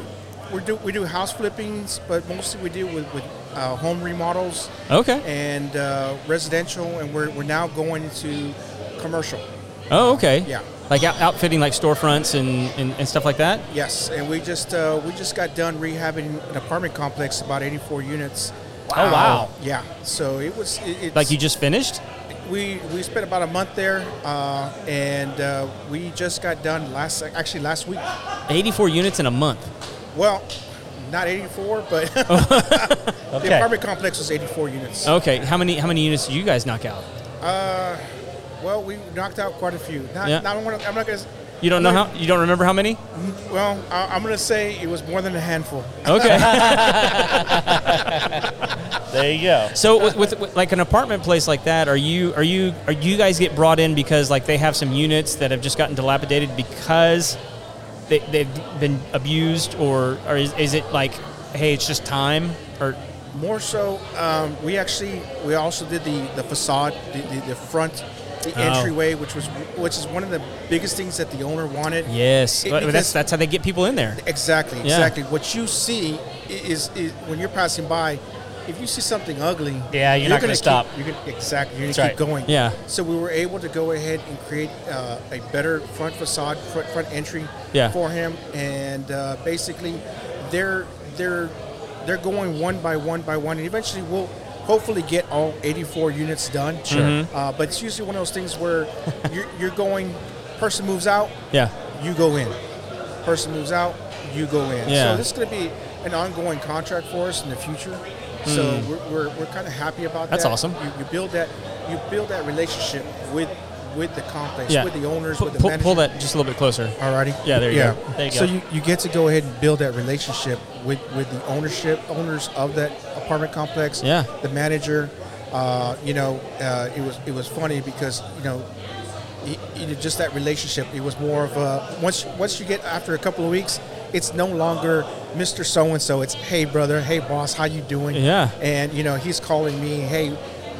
we do we do house flippings, but mostly we deal with with uh, home remodels
Okay.
and uh, residential, and we're we're now going to commercial.
Oh, okay.
Yeah.
Like out, outfitting like storefronts and, and, and stuff like that.
Yes, and we just uh, we just got done rehabbing an apartment complex about 84 units.
Wow. Oh, wow.
yeah. So it was it, it's,
Like you just finished.
We we spent about a month there, uh, and uh, we just got done last actually last week.
Eighty-four units in a month.
Well, not 84, but the
Okay.
apartment complex was 84 units.
Okay, how many how many units do you guys knock out?
Well, we knocked out quite a few. Not,
Yeah.
not, I'm not going to.
You don't know how you don't remember how many?
Well, I, I'm going to say it was more than a handful.
Okay.
There you go.
so with, with, with like an apartment place like that, are you are you are you guys get brought in because like they have some units that have just gotten dilapidated because they, they've been abused or or is, is it like hey it's just time or
More so, um, we actually we also did the, the facade, the, the, the front, the
Oh.
entryway, which was which is one of the biggest things that the owner wanted.
yes
It-
But that's
because-
that's how they get people in there.
Exactly,
Yeah.
exactly. What you see i- is, is when you're passing by. If you see something ugly,
Yeah, you're not gonna
keep-
stop.
You're gonna, exactly, you're
That's
gonna
right.
keep going.
Yeah.
So we were able to go ahead and create uh, a better front facade, front, front entry
Yeah.
for him, and uh, basically, they're they're they're going one by one by one, and eventually we'll hopefully get all 84 units done. Sure. Uh, but it's usually one of those things where you're, you're going, person moves out,
Yeah.
you go in. Person moves out, you go in.
Yeah.
So this is going to be an ongoing contract for us in the future. So we're, we're, we're kind of happy about
Hmm. That's
that.
awesome.
You, you build that you build that relationship with with the complex,
Yeah.
with the owners,
Pu-
with the
pull,
management.
pull that just a little bit closer.
Alrighty.
Yeah, there you
yeah.
go. There you
So
go.
you, you get to go ahead and build that relationship with, with the ownership owners of that apartment complex.
Yeah.
The manager. Uh, you know, uh, it was it was funny because you know, it, it, just that relationship. It was more of a once once you get after a couple of weeks, it's no longer Mister So and So. It's hey brother, hey boss, how you doing?
Yeah.
And you know he's calling me, hey,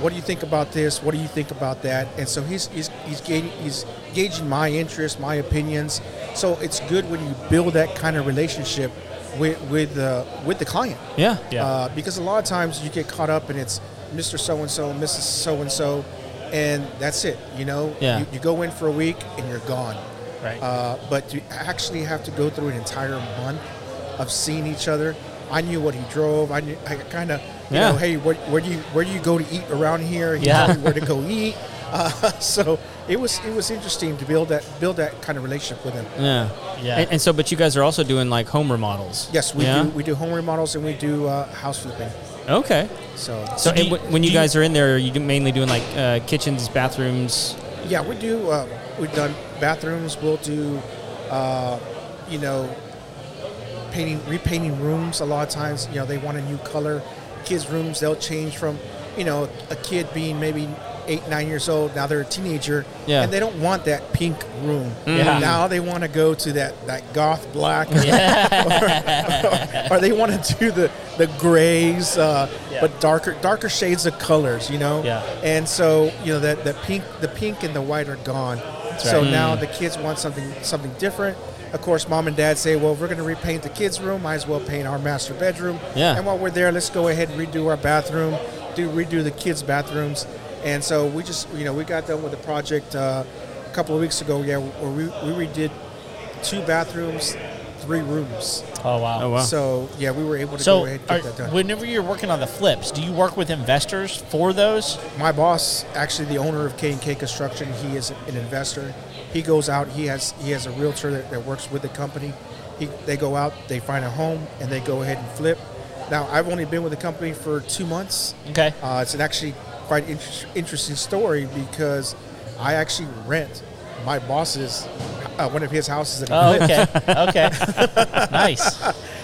what do you think about this? What do you think about that? And so he's he's he's gauging, he's gauging my interests, my opinions. So it's good when you build that kind of relationship with with uh, with the client.
Yeah.
Yeah.
Uh, because a lot of times you get caught up and it's Mr. So and so, Mrs. So and so, and that's it. You know,
Yeah.
you, you go in for a week and you're gone.
Right.
Uh, but you actually have to go through an entire month of seeing each other. I knew what he drove. I knew I kind of, you
Yeah.
know, hey, where, where do you where do you go to eat around here? He
Yeah.
told me where to go eat. Uh, so it was it was interesting to build that build that kind of relationship with him.
Yeah.
Yeah.
And, and so, but you guys are also doing like home remodels.
Yes, we
Yeah?
do we do home remodels and we do uh, house flipping.
Okay.
So
So,
do
and
you-
wh- when you
do you-
guys are in there, are you do- mainly doing like uh, kitchens, bathrooms?
Yeah, we do. Uh, we've done bathrooms. We'll do, uh, you know, painting, repainting rooms. A lot of times, you know, they want a new color. Kids' rooms, they'll change from, you know, a kid being maybe eight, nine years old. Now they're a teenager,
Yeah.
and they don't want that pink room.
Yeah.
Now they want to go to that that goth black, or, or they want to do the the grays, uh,
Yeah.
but darker darker shades of colors. You know
Yeah.
and so you know that the pink the pink and the white are gone so now
Hmm.
the kids want something something different of course mom and dad say well if we're going to repaint the kids room might as well paint our master bedroom
Yeah.
and while we're there let's go ahead and redo our bathroom do redo the kids bathrooms and so we just you know we got done with the project uh, a couple of weeks ago yeah where we, we redid two bathrooms three rooms
Oh wow.
Oh wow.
so yeah we were able to go
So,
ahead and
are,
get that done
whenever you're working on the flips, do you work with investors for those?
my boss, actually the owner of K and K Construction, he is an investor. He goes out. He has he has a realtor that, that works with the company. He, they go out, they find a home, and they go ahead and flip. Now I've only been with the company for two months.
Okay.
Uh, it's an actually quite inter- interesting story because I actually rent my boss's uh, one of his houses that he
Oh,
flipped
okay. okay. nice.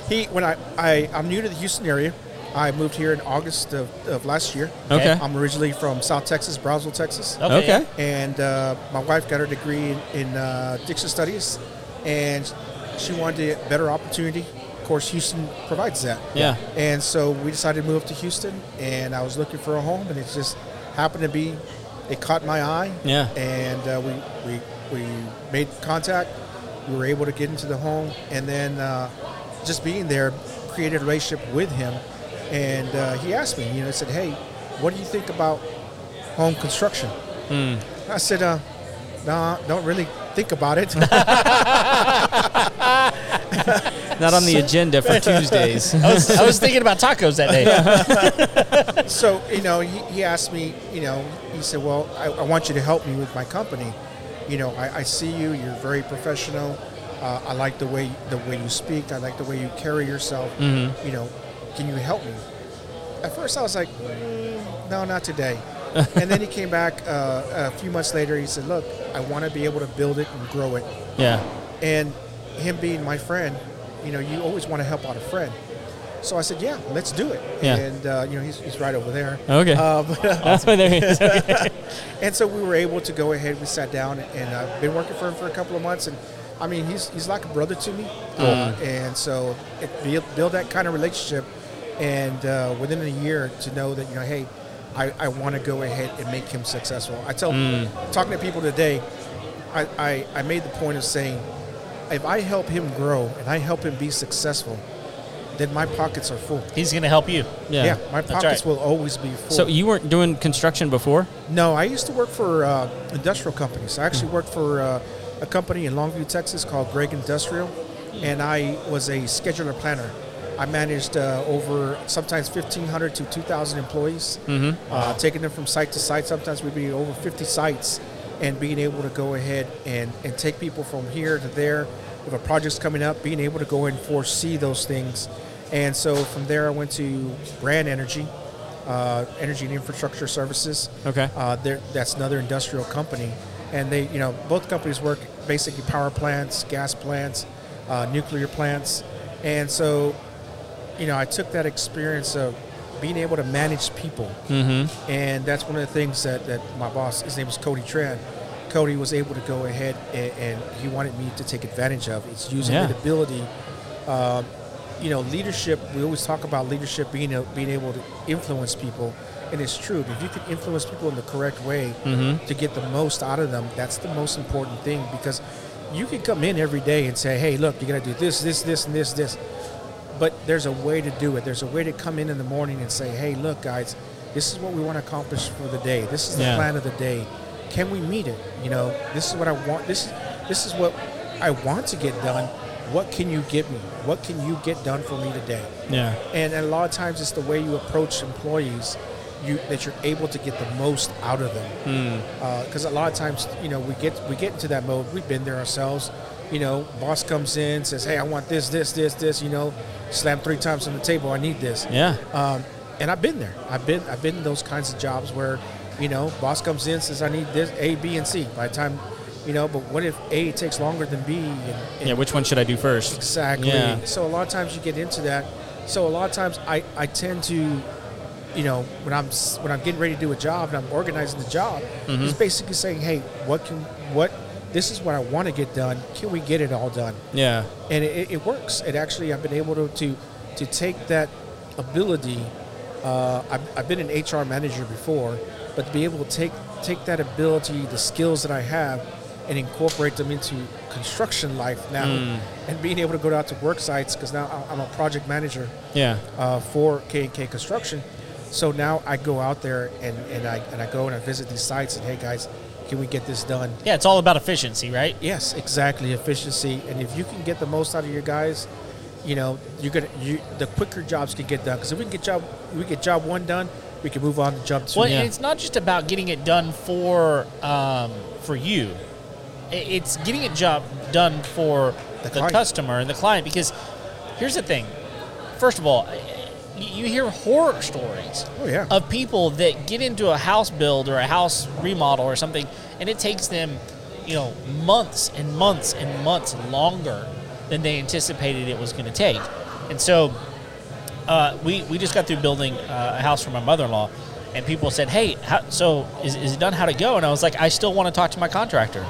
he when I, I i'm new to the houston area i moved here in august of, of last year
Okay.
i'm originally from south texas brownsville texas
Okay.
Okay.
and uh, my wife got her degree in, in uh, diction studies and she wanted a better opportunity of course houston provides that
Yeah.
and so we decided to move to houston and i was looking for a home and it just happened to be it caught my eye
Yeah.
and uh, we, we we made contact we were able to get into the home and then uh, just being there created a relationship with him and uh, he asked me you know he said hey what do you think about home construction I said, uh, nah, don't really think about it.
Not on the agenda for Tuesdays.
I was, I was thinking about tacos that day.
so, you know, he, he asked me, you know, he said, well, I, I want you to help me with my company. You know, I, I see you, you're very professional. Uh, I like the way the way you speak. I like the way you carry yourself. You know, can you help me? At first, I was like, "Mm, no, not today. and then he came back uh, a few months later. He said, look, I want to be able to build it and grow it.
Yeah.
And him being my friend, you know, you always want to help out a friend. So I said, yeah, let's do it.
Yeah.
And uh, you know, he's, he's right over there.
Okay.
Uh, but,
That's why there he is.
and so we were able to go ahead. We sat down, and I've been working for him for a couple of months. And I mean, he's he's like a brother to me. Uh, and so it, build, build that kind of relationship. And uh, within a year, to know that you know, hey, I, I want to go ahead and make him successful. I tell talking to people today, I, I I made the point of saying, if I help him grow and I help him be successful, then my pockets are full.
He's going to help you.
Yeah.
my
That's right.
pockets will always be full.
So you weren't doing construction before?
No, I used to work for uh, industrial companies. I actually worked for uh, a company in Longview, Texas called Greg Industrial, and I was a scheduler planner. I managed uh, over sometimes 1,500 to 2,000 employees, uh, taking them from site to site. Sometimes we'd be over 50 sites and being able to go ahead and, and take people from here to there. If a project's coming up, being able to go and foresee those things. And so from there, I went to Brand Energy, uh, Energy and Infrastructure Services.
Okay.
Uh, they're- that's another industrial company, and they, you know, both companies work basically power plants, gas plants, uh, nuclear plants, and so, you know, I took that experience of being able to manage people, mm-hmm. and that's one of the things that, that my boss, his name was Cody Tran. Cody was able to go ahead and, and he wanted me to take advantage of. It's using
Yeah.
the ability Um, you know, leadership. We always talk about leadership being a, being able to influence people, and it's true. If you can influence people in the correct way to get the most out of them, that's the most important thing because you can come in every day and say, "Hey, look, you're gonna do this, this, this, and this, this." But there's a way to do it. There's a way to come in in the morning and say, "Hey, look, guys, this is what we want to accomplish for the day. This is the
Yeah.
plan of the day. Can we meet it? You know, this is what I want. This is this is what I want to get done. What can you get me? What can you get done for me today?"
Yeah.
And a lot of times, it's the way you approach employees. You, that you're able to get the most out of them, because a lot of times, you know, we get we get into that mode. We've been there ourselves. You know, boss comes in, says, "Hey, I want this, this, this, this." You know, slam three times on the table. I need this.
Yeah.
Um, and I've been there. I've been I've been in those kinds of jobs where, you know, boss comes in says I need this A, B, and C. By the time, you know, but what if A takes longer than B? And, and
Yeah. Which one should I do first?
Exactly.
Yeah.
So a lot of times you get into that. So a lot of times I, I tend to, you know, when I'm s- when I'm getting ready to do a job and I'm organizing the job, it's basically saying, hey, what can what this is what I want to get done. Can we get it all done?
Yeah.
and it, it works. It actually, I've been able to to, to take that ability. Uh, I've, I've been an HR manager before, but to be able to take take that ability, the skills that I have, and incorporate them into construction life now, and being able to go out to work sites because now I'm- I'm a project manager
Yeah.
uh, for K and K Construction. So now I go out there and, and I and I go and I visit these sites and hey guys, can we get this done?
Yeah, it's all about efficiency, right?
Yes, exactly. Efficiency, and if you can get the most out of your guys, you know, you're gonna you the quicker jobs can get done. Because if we can get job we get job one done, we can move on to job two.
Well,
Yeah.
and it's not just about getting it done for um, for you. I- It's getting a job done for the,
The client.
customer and the client. Because here's the thing: first of all, y- you hear horror stories
Oh, yeah.
of people that get into a house build or a house remodel or something, and it takes them, you know, months and months and months longer than they anticipated it was going to take. And so, uh, we, we just got through building uh, a house for my mother-in-law and people said hey how, so is, is it done how to go and i was like i still want to talk to my contractor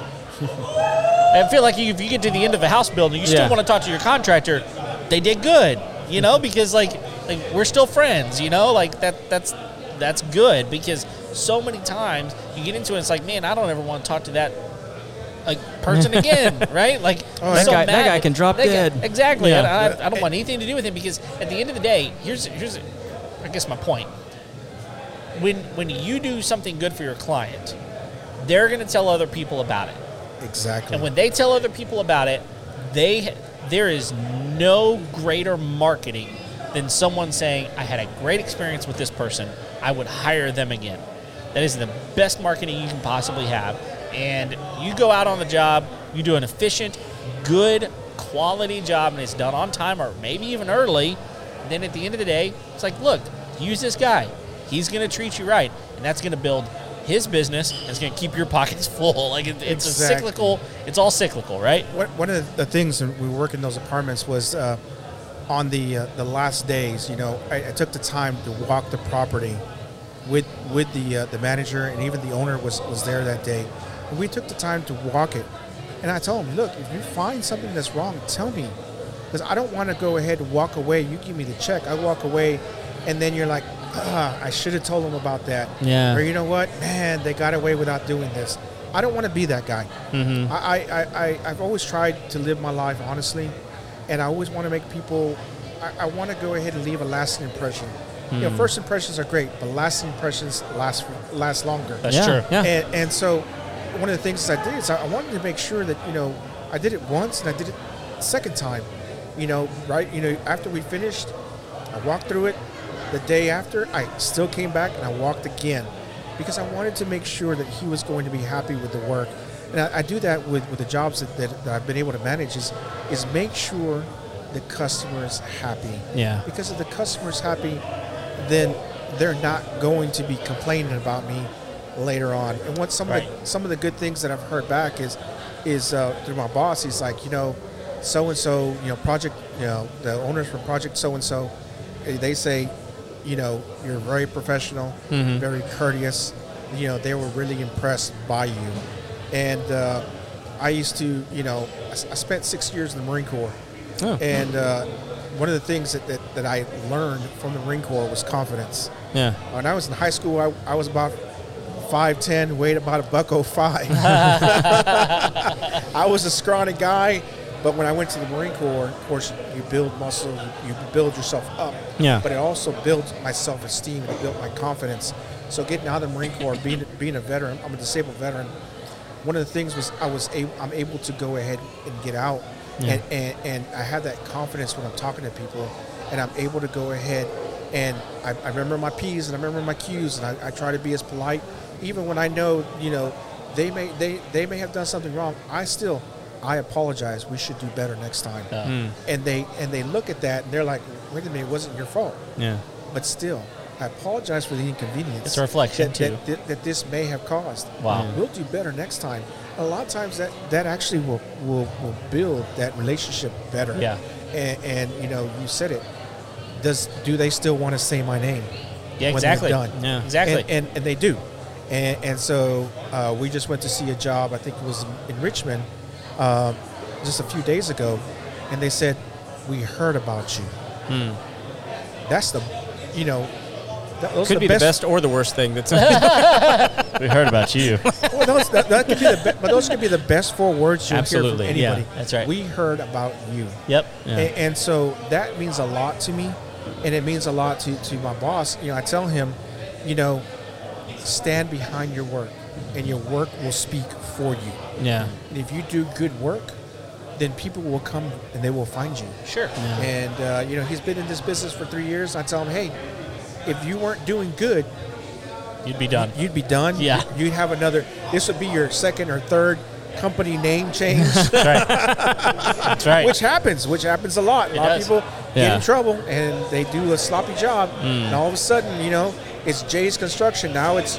i feel like if you get to the end of a house building you
Yeah.
still want to talk to your contractor they did good you know because like, like we're still friends you know like that that's that's good because so many times you get into it it's like man i don't ever want to talk to that like person again right like
Oh, that
I'm so
guy- that
mad
guy
at-
can drop
that guy-
dead.
exactly
Yeah.
And I- I, I don't want anything to do with him because at the end of the day, here's here's I guess my point. When when you do something good for your client, they're going to tell other people about it,
exactly.
and when they tell other people about it, they there is no greater marketing than someone saying, "I had a great experience with this person. I would hire them again." That is the best marketing you can possibly have. And you go out on the job, you do an efficient, good quality job and it's done on time or maybe even early, then at the end of the day, it's like, look, use this guy. He's going to treat you right. And that's going to build his business and it's going to keep your pockets full. Like it, it's
Exactly.
a cyclical, it's all cyclical, right?
One- One of the things when we work in those apartments was uh, on the uh, the last days. You know, I, I took the time to walk the property with with the uh, the manager and even the owner was was there that day. And we took the time to walk it, and I told him, look, if you find something that's wrong, tell me, because I don't want to go ahead and walk away. You give me the check, I walk away, and then you're like. Ah, I should have told him about that.
Yeah.
Or you know what, man, they got away without doing this. I don't want to be that guy. I, I, I, I, I've always tried to live my life honestly, and I always want to make people. I, I want to go ahead and leave a lasting impression. You know, first impressions are great, but lasting impressions last last longer.
That's
yeah,
true.
Yeah.
And, and so, one of the things I did is I I wanted to make sure that you know I did it once and I did it second time. You know, right? You know, after we finished, I walked through it. The day after, I still came back and I walked again because I wanted to make sure that he was going to be happy with the work. And I, I do that with, with the jobs that, that, that I've been able to manage is is make sure the customer is happy.
Yeah.
Because if the customer is happy, then they're not going to be complaining about me later on. And what some of
Right.
the, some of the good things that I've heard back is is uh, through my boss. He's like, you know, so and so, you know, project, you know, the owners from project so and so, they say, you know, you're very professional, very courteous. You know, they were really impressed by you. And uh, I used to, you know, I, s- I spent six years in the Marine Corps.
Oh.
And uh, one of the things that, that, that I learned from the Marine Corps was confidence.
Yeah.
When I was in high school, I, I was about 5'10, weighed about a buck oh five. I was a scrawny guy, but when I went to the Marine Corps, of course, you build muscle, you, you build yourself up.
Yeah.
But it also builds my self esteem, it built my confidence. So getting out of the Marine Corps, being, being a veteran, I'm a disabled veteran. One of the things was I was able, I'm able to go ahead and get out, and, and and I have that confidence when I'm talking to people, and I'm able to go ahead and I, I remember my P's and I remember my Q's, and I, I try to be as polite, even when I know you know they may they they may have done something wrong. I still I apologize. We should do better next time. And they and they look at that and they're like, wait a minute, it wasn't your fault
Yeah.
but still, I apologize for the inconvenience.
It's a reflection,
that,
too.
That, that, that this may have caused. Um,
Wow.
We'll do better next time. A lot of times that, that actually will, will, will build that relationship better.
Yeah.
And, and, you know, you said it. Does do they still want to say my name?
Yeah,
when they're
exactly.
done?
Yeah.
Exactly.
And, and, and they do. And, and so uh, we just went to see a job, I think it was in Richmond um just a few days ago, and they said, We heard about you. That's the, you know, that, those are
Could
the
be
best,
the best or the worst thing that's.
we heard about you.
Well, those, that, that could be the be- but those could be the best four words you hear from
Absolutely, yeah,
anybody.
that's right.
We heard about you.
yep.
Yeah.
A- And, so that means a lot to me, and it means a lot to, to my boss. You know, I tell him, you know, stand behind your work, and your work will speak for you.
yeah.
And if you do good work, then people will come and they will find you.
Sure.
And uh, you know, he's been in this business for three years. I tell him, hey, if you weren't doing good,
You'd be done.
you'd be done.
Yeah.
You'd have another. This would be your second or third company name change,
That's right.
which happens, which happens a lot. A lot
does.
of people get
Yeah. Mm.
in trouble and they do a sloppy job, and all of a sudden, you know, it's Jay's construction. Now it's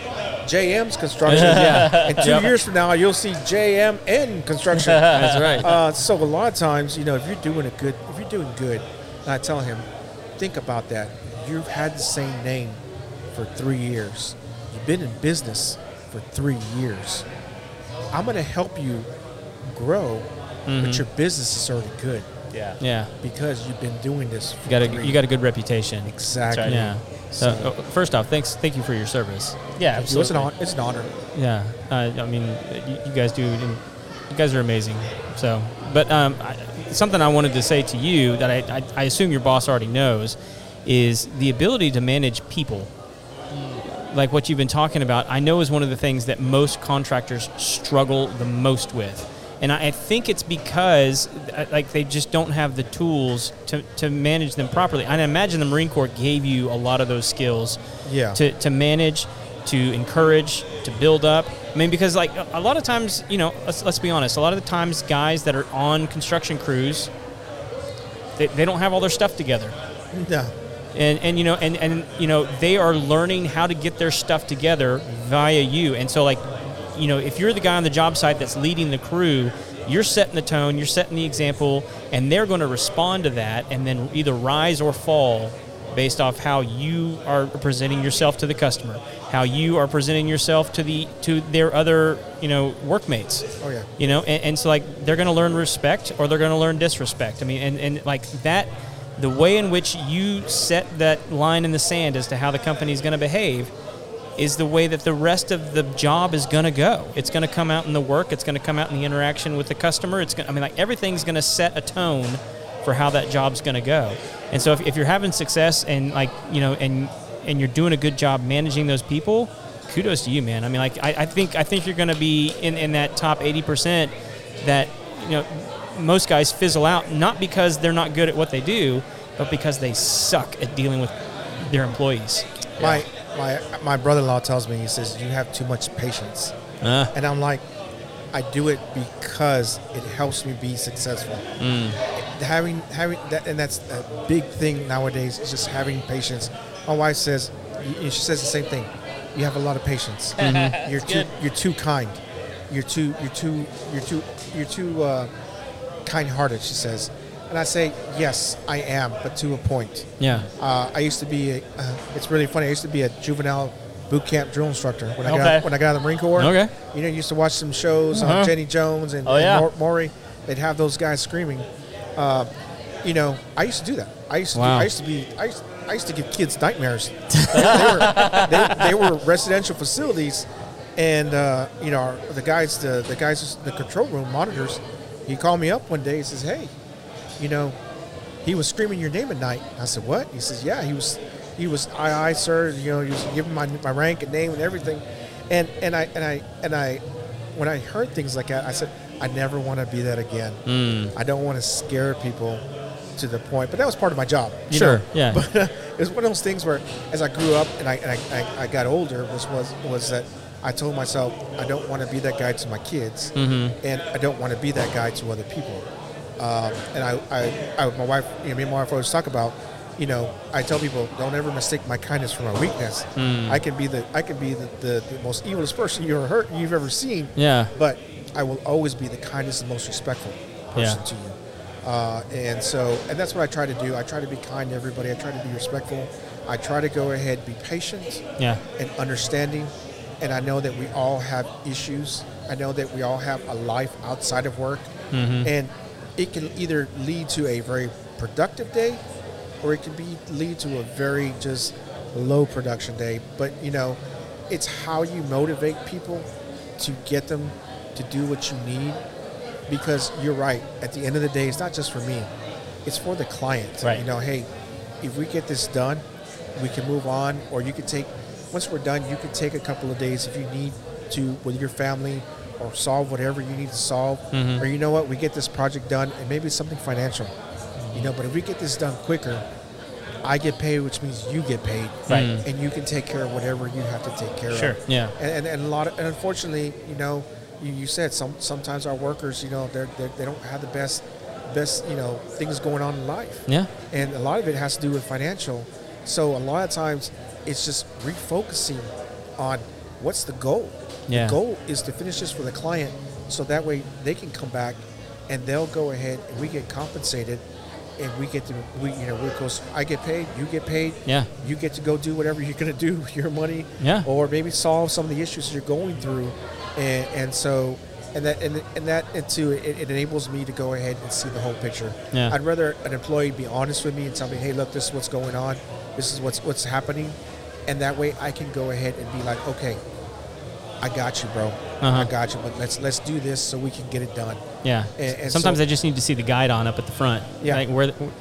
JM's construction.
Yeah.
And two
Yep.
years from now, you'll see JMN construction.
That's right.
Uh, so a lot of times, you know, if you're doing a good, if you're doing good, and I tell him, think about that. You've had the same name for three years. You've been in business for three years. I'm going to help you grow,
Mm-hmm.
but your business is already good
yeah.
yeah.
because you've been doing this. For
You got
three
a you got a good reputation.
exactly.
That's right.
Yeah. So uh, first off, thanks thank you for your service.
Yeah,
Thank you. It's
absolutely.
an honor. It's an honor.
Yeah, uh, I mean, you, you guys do. You guys are amazing. So, but um, I, something I wanted to say to you that I, I, I assume your boss already knows is the ability to manage people. Like what you've been talking about, I know is one of the things that most contractors struggle the most with. And I I think it's because uh, like they just don't have the tools to, to manage them properly. And I imagine the Marine Corps gave you a lot of those skills
Yeah.
to, to manage to encourage, to build up. I mean, because like a a lot of times, you know, let's, let's be honest. A lot of the times, guys that are on construction crews, they, they don't have all their stuff together
No.
and and you know and and you know they are learning how to get their stuff together via you and so like you know if you're the guy on the job site that's leading the crew you're setting the tone you're setting the example and they're going to respond to that and then either rise or fall based off how you are presenting yourself to the customer how you are presenting yourself to the to their other you know workmates
Oh, yeah.
you know and, and so like they're going to learn respect or they're going to learn disrespect i mean and, and like that the way in which you set that line in the sand as to how the company is going to behave is the way that the rest of the job is going to go it's going to come out in the work it's going to come out in the interaction with the customer it's going to i mean like everything's going to set a tone for how that job's going to go and so if, if you're having success and like you know and and you're doing a good job managing those people kudos to you, man. I mean, like I, I think I think you're going to be in, in that top eighty percent that you know most guys fizzle out not because they're not good at what they do, but because they suck at dealing with their employees.
My my my brother-in-law tells me he says you have too much patience, and I'm like, I do it because it helps me be successful. Having having that, and that's a big thing nowadays. Is just having patience. My wife says, and she says the same thing. You have a lot of patience. You're too you're too kind. You're too you're too you're too you're too uh, kind-hearted. She says, and I say yes, I am, but to a point.
Yeah.
Uh, I used to be. A, uh, it's really funny. I used to be a juvenile boot camp drill instructor when I
Okay.
got when I got out of the Marine Corps.
Okay.
You know, you used to watch some shows on Jenny Jones and,
Oh,
and
yeah.
Maury- Maury. They'd have those guys screaming. Uh, you know, I used to do that. I used to.
Wow.
Do, I used to be. I used, I used to give kids nightmares. they, were, they, they were residential facilities, and uh, you know, our, the guys, the the guys, in the control room monitors. He called me up one day. He says, "Hey, you know, he was screaming your name at night. I said, what? He says, yeah, he was, he was, I, I, sir, you know, he was giving my, my rank and name and everything. And, and I, and I, and I, when I heard things like that, I said, I never want to be that again. I don't want to scare people to the point, but that was part of my job. you
Sure,
know.
yeah.
But it was one of those things where as I grew up and I, and I, I, I got older was, was, was that I told myself, I don't want to be that guy to my kids and I don't want to be that guy to other people um, and I, I, I, my wife, you know, me and my wife always talk about, you know, I tell people, don't ever mistake my kindness for my weakness. I can be the, I can be the, the, the most evilest person you ever heard, you've ever seen.
Yeah.
But I will always be the kindest and most respectful person
Yeah.
to you. Uh, and so, and that's what I try to do. I try to be kind to everybody. I try to be respectful. I try to go ahead, be patient
Yeah.
and understanding. And I know that we all have issues. I know that we all have a life outside of work. And it can either lead to a very productive day or it can be lead to a very just low production day. But you know, it's how you motivate people to get them to do what you need because you're right. At the end of the day, it's not just for me; it's for the client.
Right.
You know, hey, if we get this done, we can move on, or you could take. Once we're done, you can take a couple of days if you need to with your family, or solve whatever you need to solve.
Mm-hmm.
Or you know what, we get this project done, and maybe it's something financial. You know, but if we get this done quicker, I get paid, which means you get paid,
Right.
And you can take care of whatever you have to take care
Sure.
of
Yeah.
and, and, and a lot of, and unfortunately, you know, you, you said some sometimes our workers, you know, they're, they're, they don't have the best best you know things going on in life.
Yeah.
And a lot of it has to do with financial. So a lot of times it's just refocusing on what's the goal.
Yeah.
The goal is to finish this for the client, so that way they can come back and they'll go ahead and we get compensated. And we get to, we, you know, we're close. I get paid, you get paid.
Yeah.
You get to go do whatever you're going to do with your money
Yeah.
or maybe solve some of the issues you're going through and, and so and that and, and that and too it, it enables me to go ahead and see the whole picture
Yeah.
i'd rather an employee be honest with me and tell me hey look this is what's going on this is what's what's happening and that way i can go ahead and be like okay i got you bro i got you but let's let's do this so we can get it done
Yeah.
And- and
Sometimes
so-
they just need to see the guide on up at the front.
Yeah.
Like where they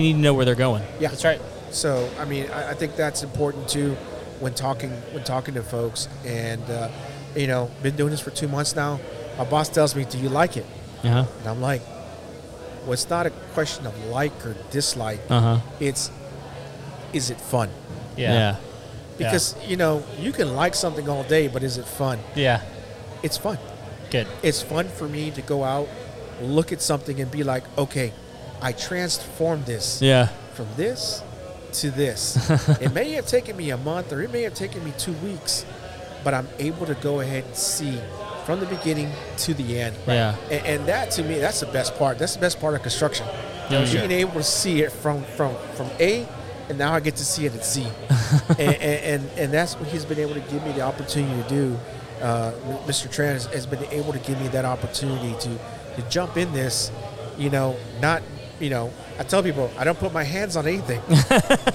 need to know where they're going.
yeah
That's right.
So I mean, I, I think that's important too when talking when talking to folks. And uh, you know, been doing this for two months now. My boss tells me, "Do you like it?"
Uh huh.
And I'm like, "Well, it's not a question
Uh-huh.
of like or dislike.
Uh huh.
It's is it fun?"
Yeah.
because you know you can like something all day, but is it fun?
Yeah.
It's fun.
Good.
It's fun for me to go out, look at something, and be like, okay, I transformed this
Yeah.
from this to this. it may have taken me a month or it may have taken me two weeks, but I'm able to go ahead and see from the beginning to the end.
Yeah.
And, and that to me, that's the best part. That's the best part of construction. Being able to see it from from from A, and now I get to see it at Z, and, and, and and that's what he's been able to give me the opportunity to do. Uh, Mr. Tran has, has been able to give me that opportunity to to jump in this, you know, not you know. I tell people I don't put my hands on anything.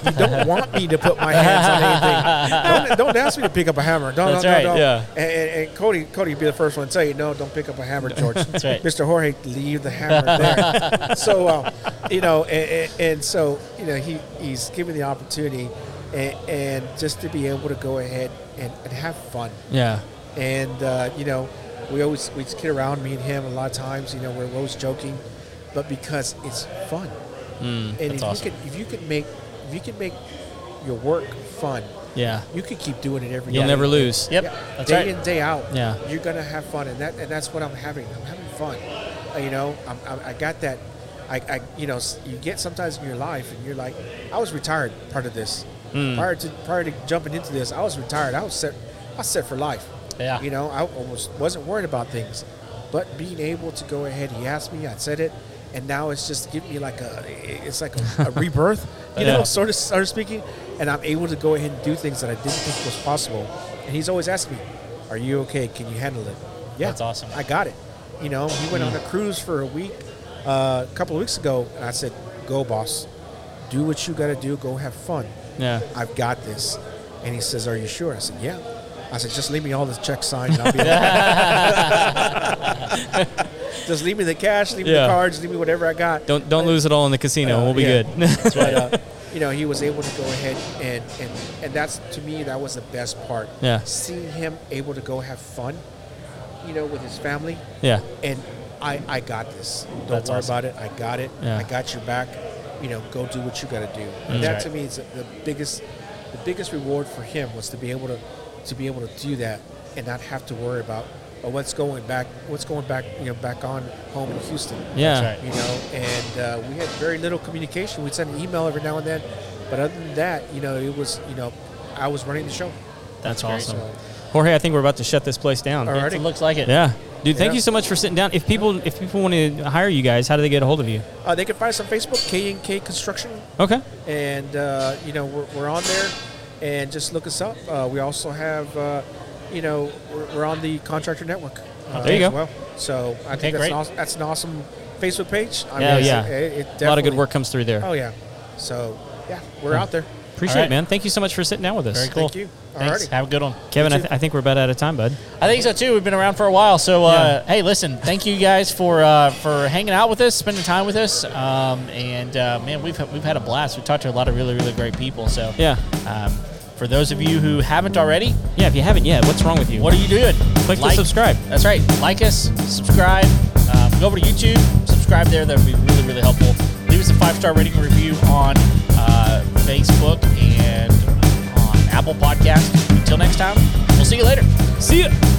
you don't want me to put my hands on anything. Don't, don't ask me to pick up a hammer. Don't,
That's
don't,
right,
don't.
yeah.
And, and, and Cody, Cody would be the first one to tell you, no, don't pick up a hammer, George. That's
right.
Mr. Jorge, leave the hammer there. so, um, you know, and, and, and so, you know, he, he's given the opportunity and, and just to be able to go ahead and, and have fun.
Yeah.
And, uh, you know, we always, we kid around, me and him, a lot of times, you know, we're always joking, but because it's fun. and if,
awesome.
you can, if you can make, if you can make your work fun,
Yeah.
you could keep doing it every
You'll
day.
never lose.
Yep.
Yeah.
That's
day
right.
in, day out.
Yeah.
You're gonna have fun, and that and that's what I'm having. I'm having fun. Uh, you know, I'm, I'm, I got that. I, I, you know, s- you get sometimes in your life, and you're like, I was retired part of this.
Hmm.
Prior to prior to jumping into this, I was retired. I was set. I was set for life.
Yeah.
You know, I almost wasn't worried about things, but being able to go ahead, he asked me, I said it, and now it's just give me like a, it's like a, a rebirth, you know,
Yeah.
sort of sort of speaking, and I'm able to go ahead and do things that I didn't think was possible. And he's always asking me, "Are you okay? Can you handle it?" Yeah,
That's awesome. Mm.
I got it. You know, he went on a cruise for a week uh, a couple of weeks ago, and I said, "Go, boss, do what you got to do. Go have fun.
Yeah.
I've got this." And he says, "Are you sure?" I said, "Yeah." I said, "Just leave me all the check signed. And I'll be okay." Just leave me the cash, leave me
Yeah.
the cards, leave me whatever I got."
Don't don't lose it all in the casino.
Uh,
we'll be
yeah.
good.
but uh, you know he was able to go ahead and, and and that's to me that was the best part
Yeah.
seeing him able to go have fun you know with his family
yeah.
and i i got this don't
That's
worry
awesome.
about it i got it
Yeah.
i got your back you know go do what you got to do
That's
that
right.
to me is the biggest the biggest reward for him was to be able to to be able to do that and not have to worry about oh, what's going back what's going back you know back on home in houston
Yeah.
That's
you know, and uh, we had very little communication. We'd send an email every now and then, but other than that, you know, it was, you know, I was running the show.
That's
great.
awesome. Jorge, I think we're about to shut this place down.
All right.
It looks like it.
Yeah. Dude, thank
Yeah.
you so much for sitting down. If people if people want to hire you guys, how do they get a hold of you?
Uh, they can find us on Facebook, K and K Construction,
Okay.
and uh, you know, we're, we're on there, and just look us up. Uh, we also have, uh, you know, we're, we're on the Contractor Network. Uh,
Oh, There you
as
go.
Well, so I
Okay,
think that's
great.
an, awesome, that's an awesome Facebook page. I
Yeah,
it's-
yeah.
It, it
A lot of
definitely-
good work comes through there.
Oh yeah, so yeah, we're out there.
Appreciate
All
it,
right.
man. Thank you so much for sitting down with us.
Very cool.
Thank you.
Thanks.
Alrighty.
Have a good one.
Kevin, I,
You too.
th- I think we're about out of time, bud.
I think so too. We've been around for a while, so uh, hey, listen, thank you guys for uh, for hanging out with us, spending time with us, um, and uh, man, we've we've had a blast. We've talked to a lot of really really great people. So
Yeah.
um, for those of you who haven't already,
Yeah, if you haven't yet, what's wrong with you?
what are you doing?
Click the subscribe.
That's right. Like us, subscribe. Um, go over to YouTube, subscribe there. That would be really really helpful. Leave us a five star rating and review on uh, Facebook and on Apple Podcast. Until next time, we'll see you later.
See ya.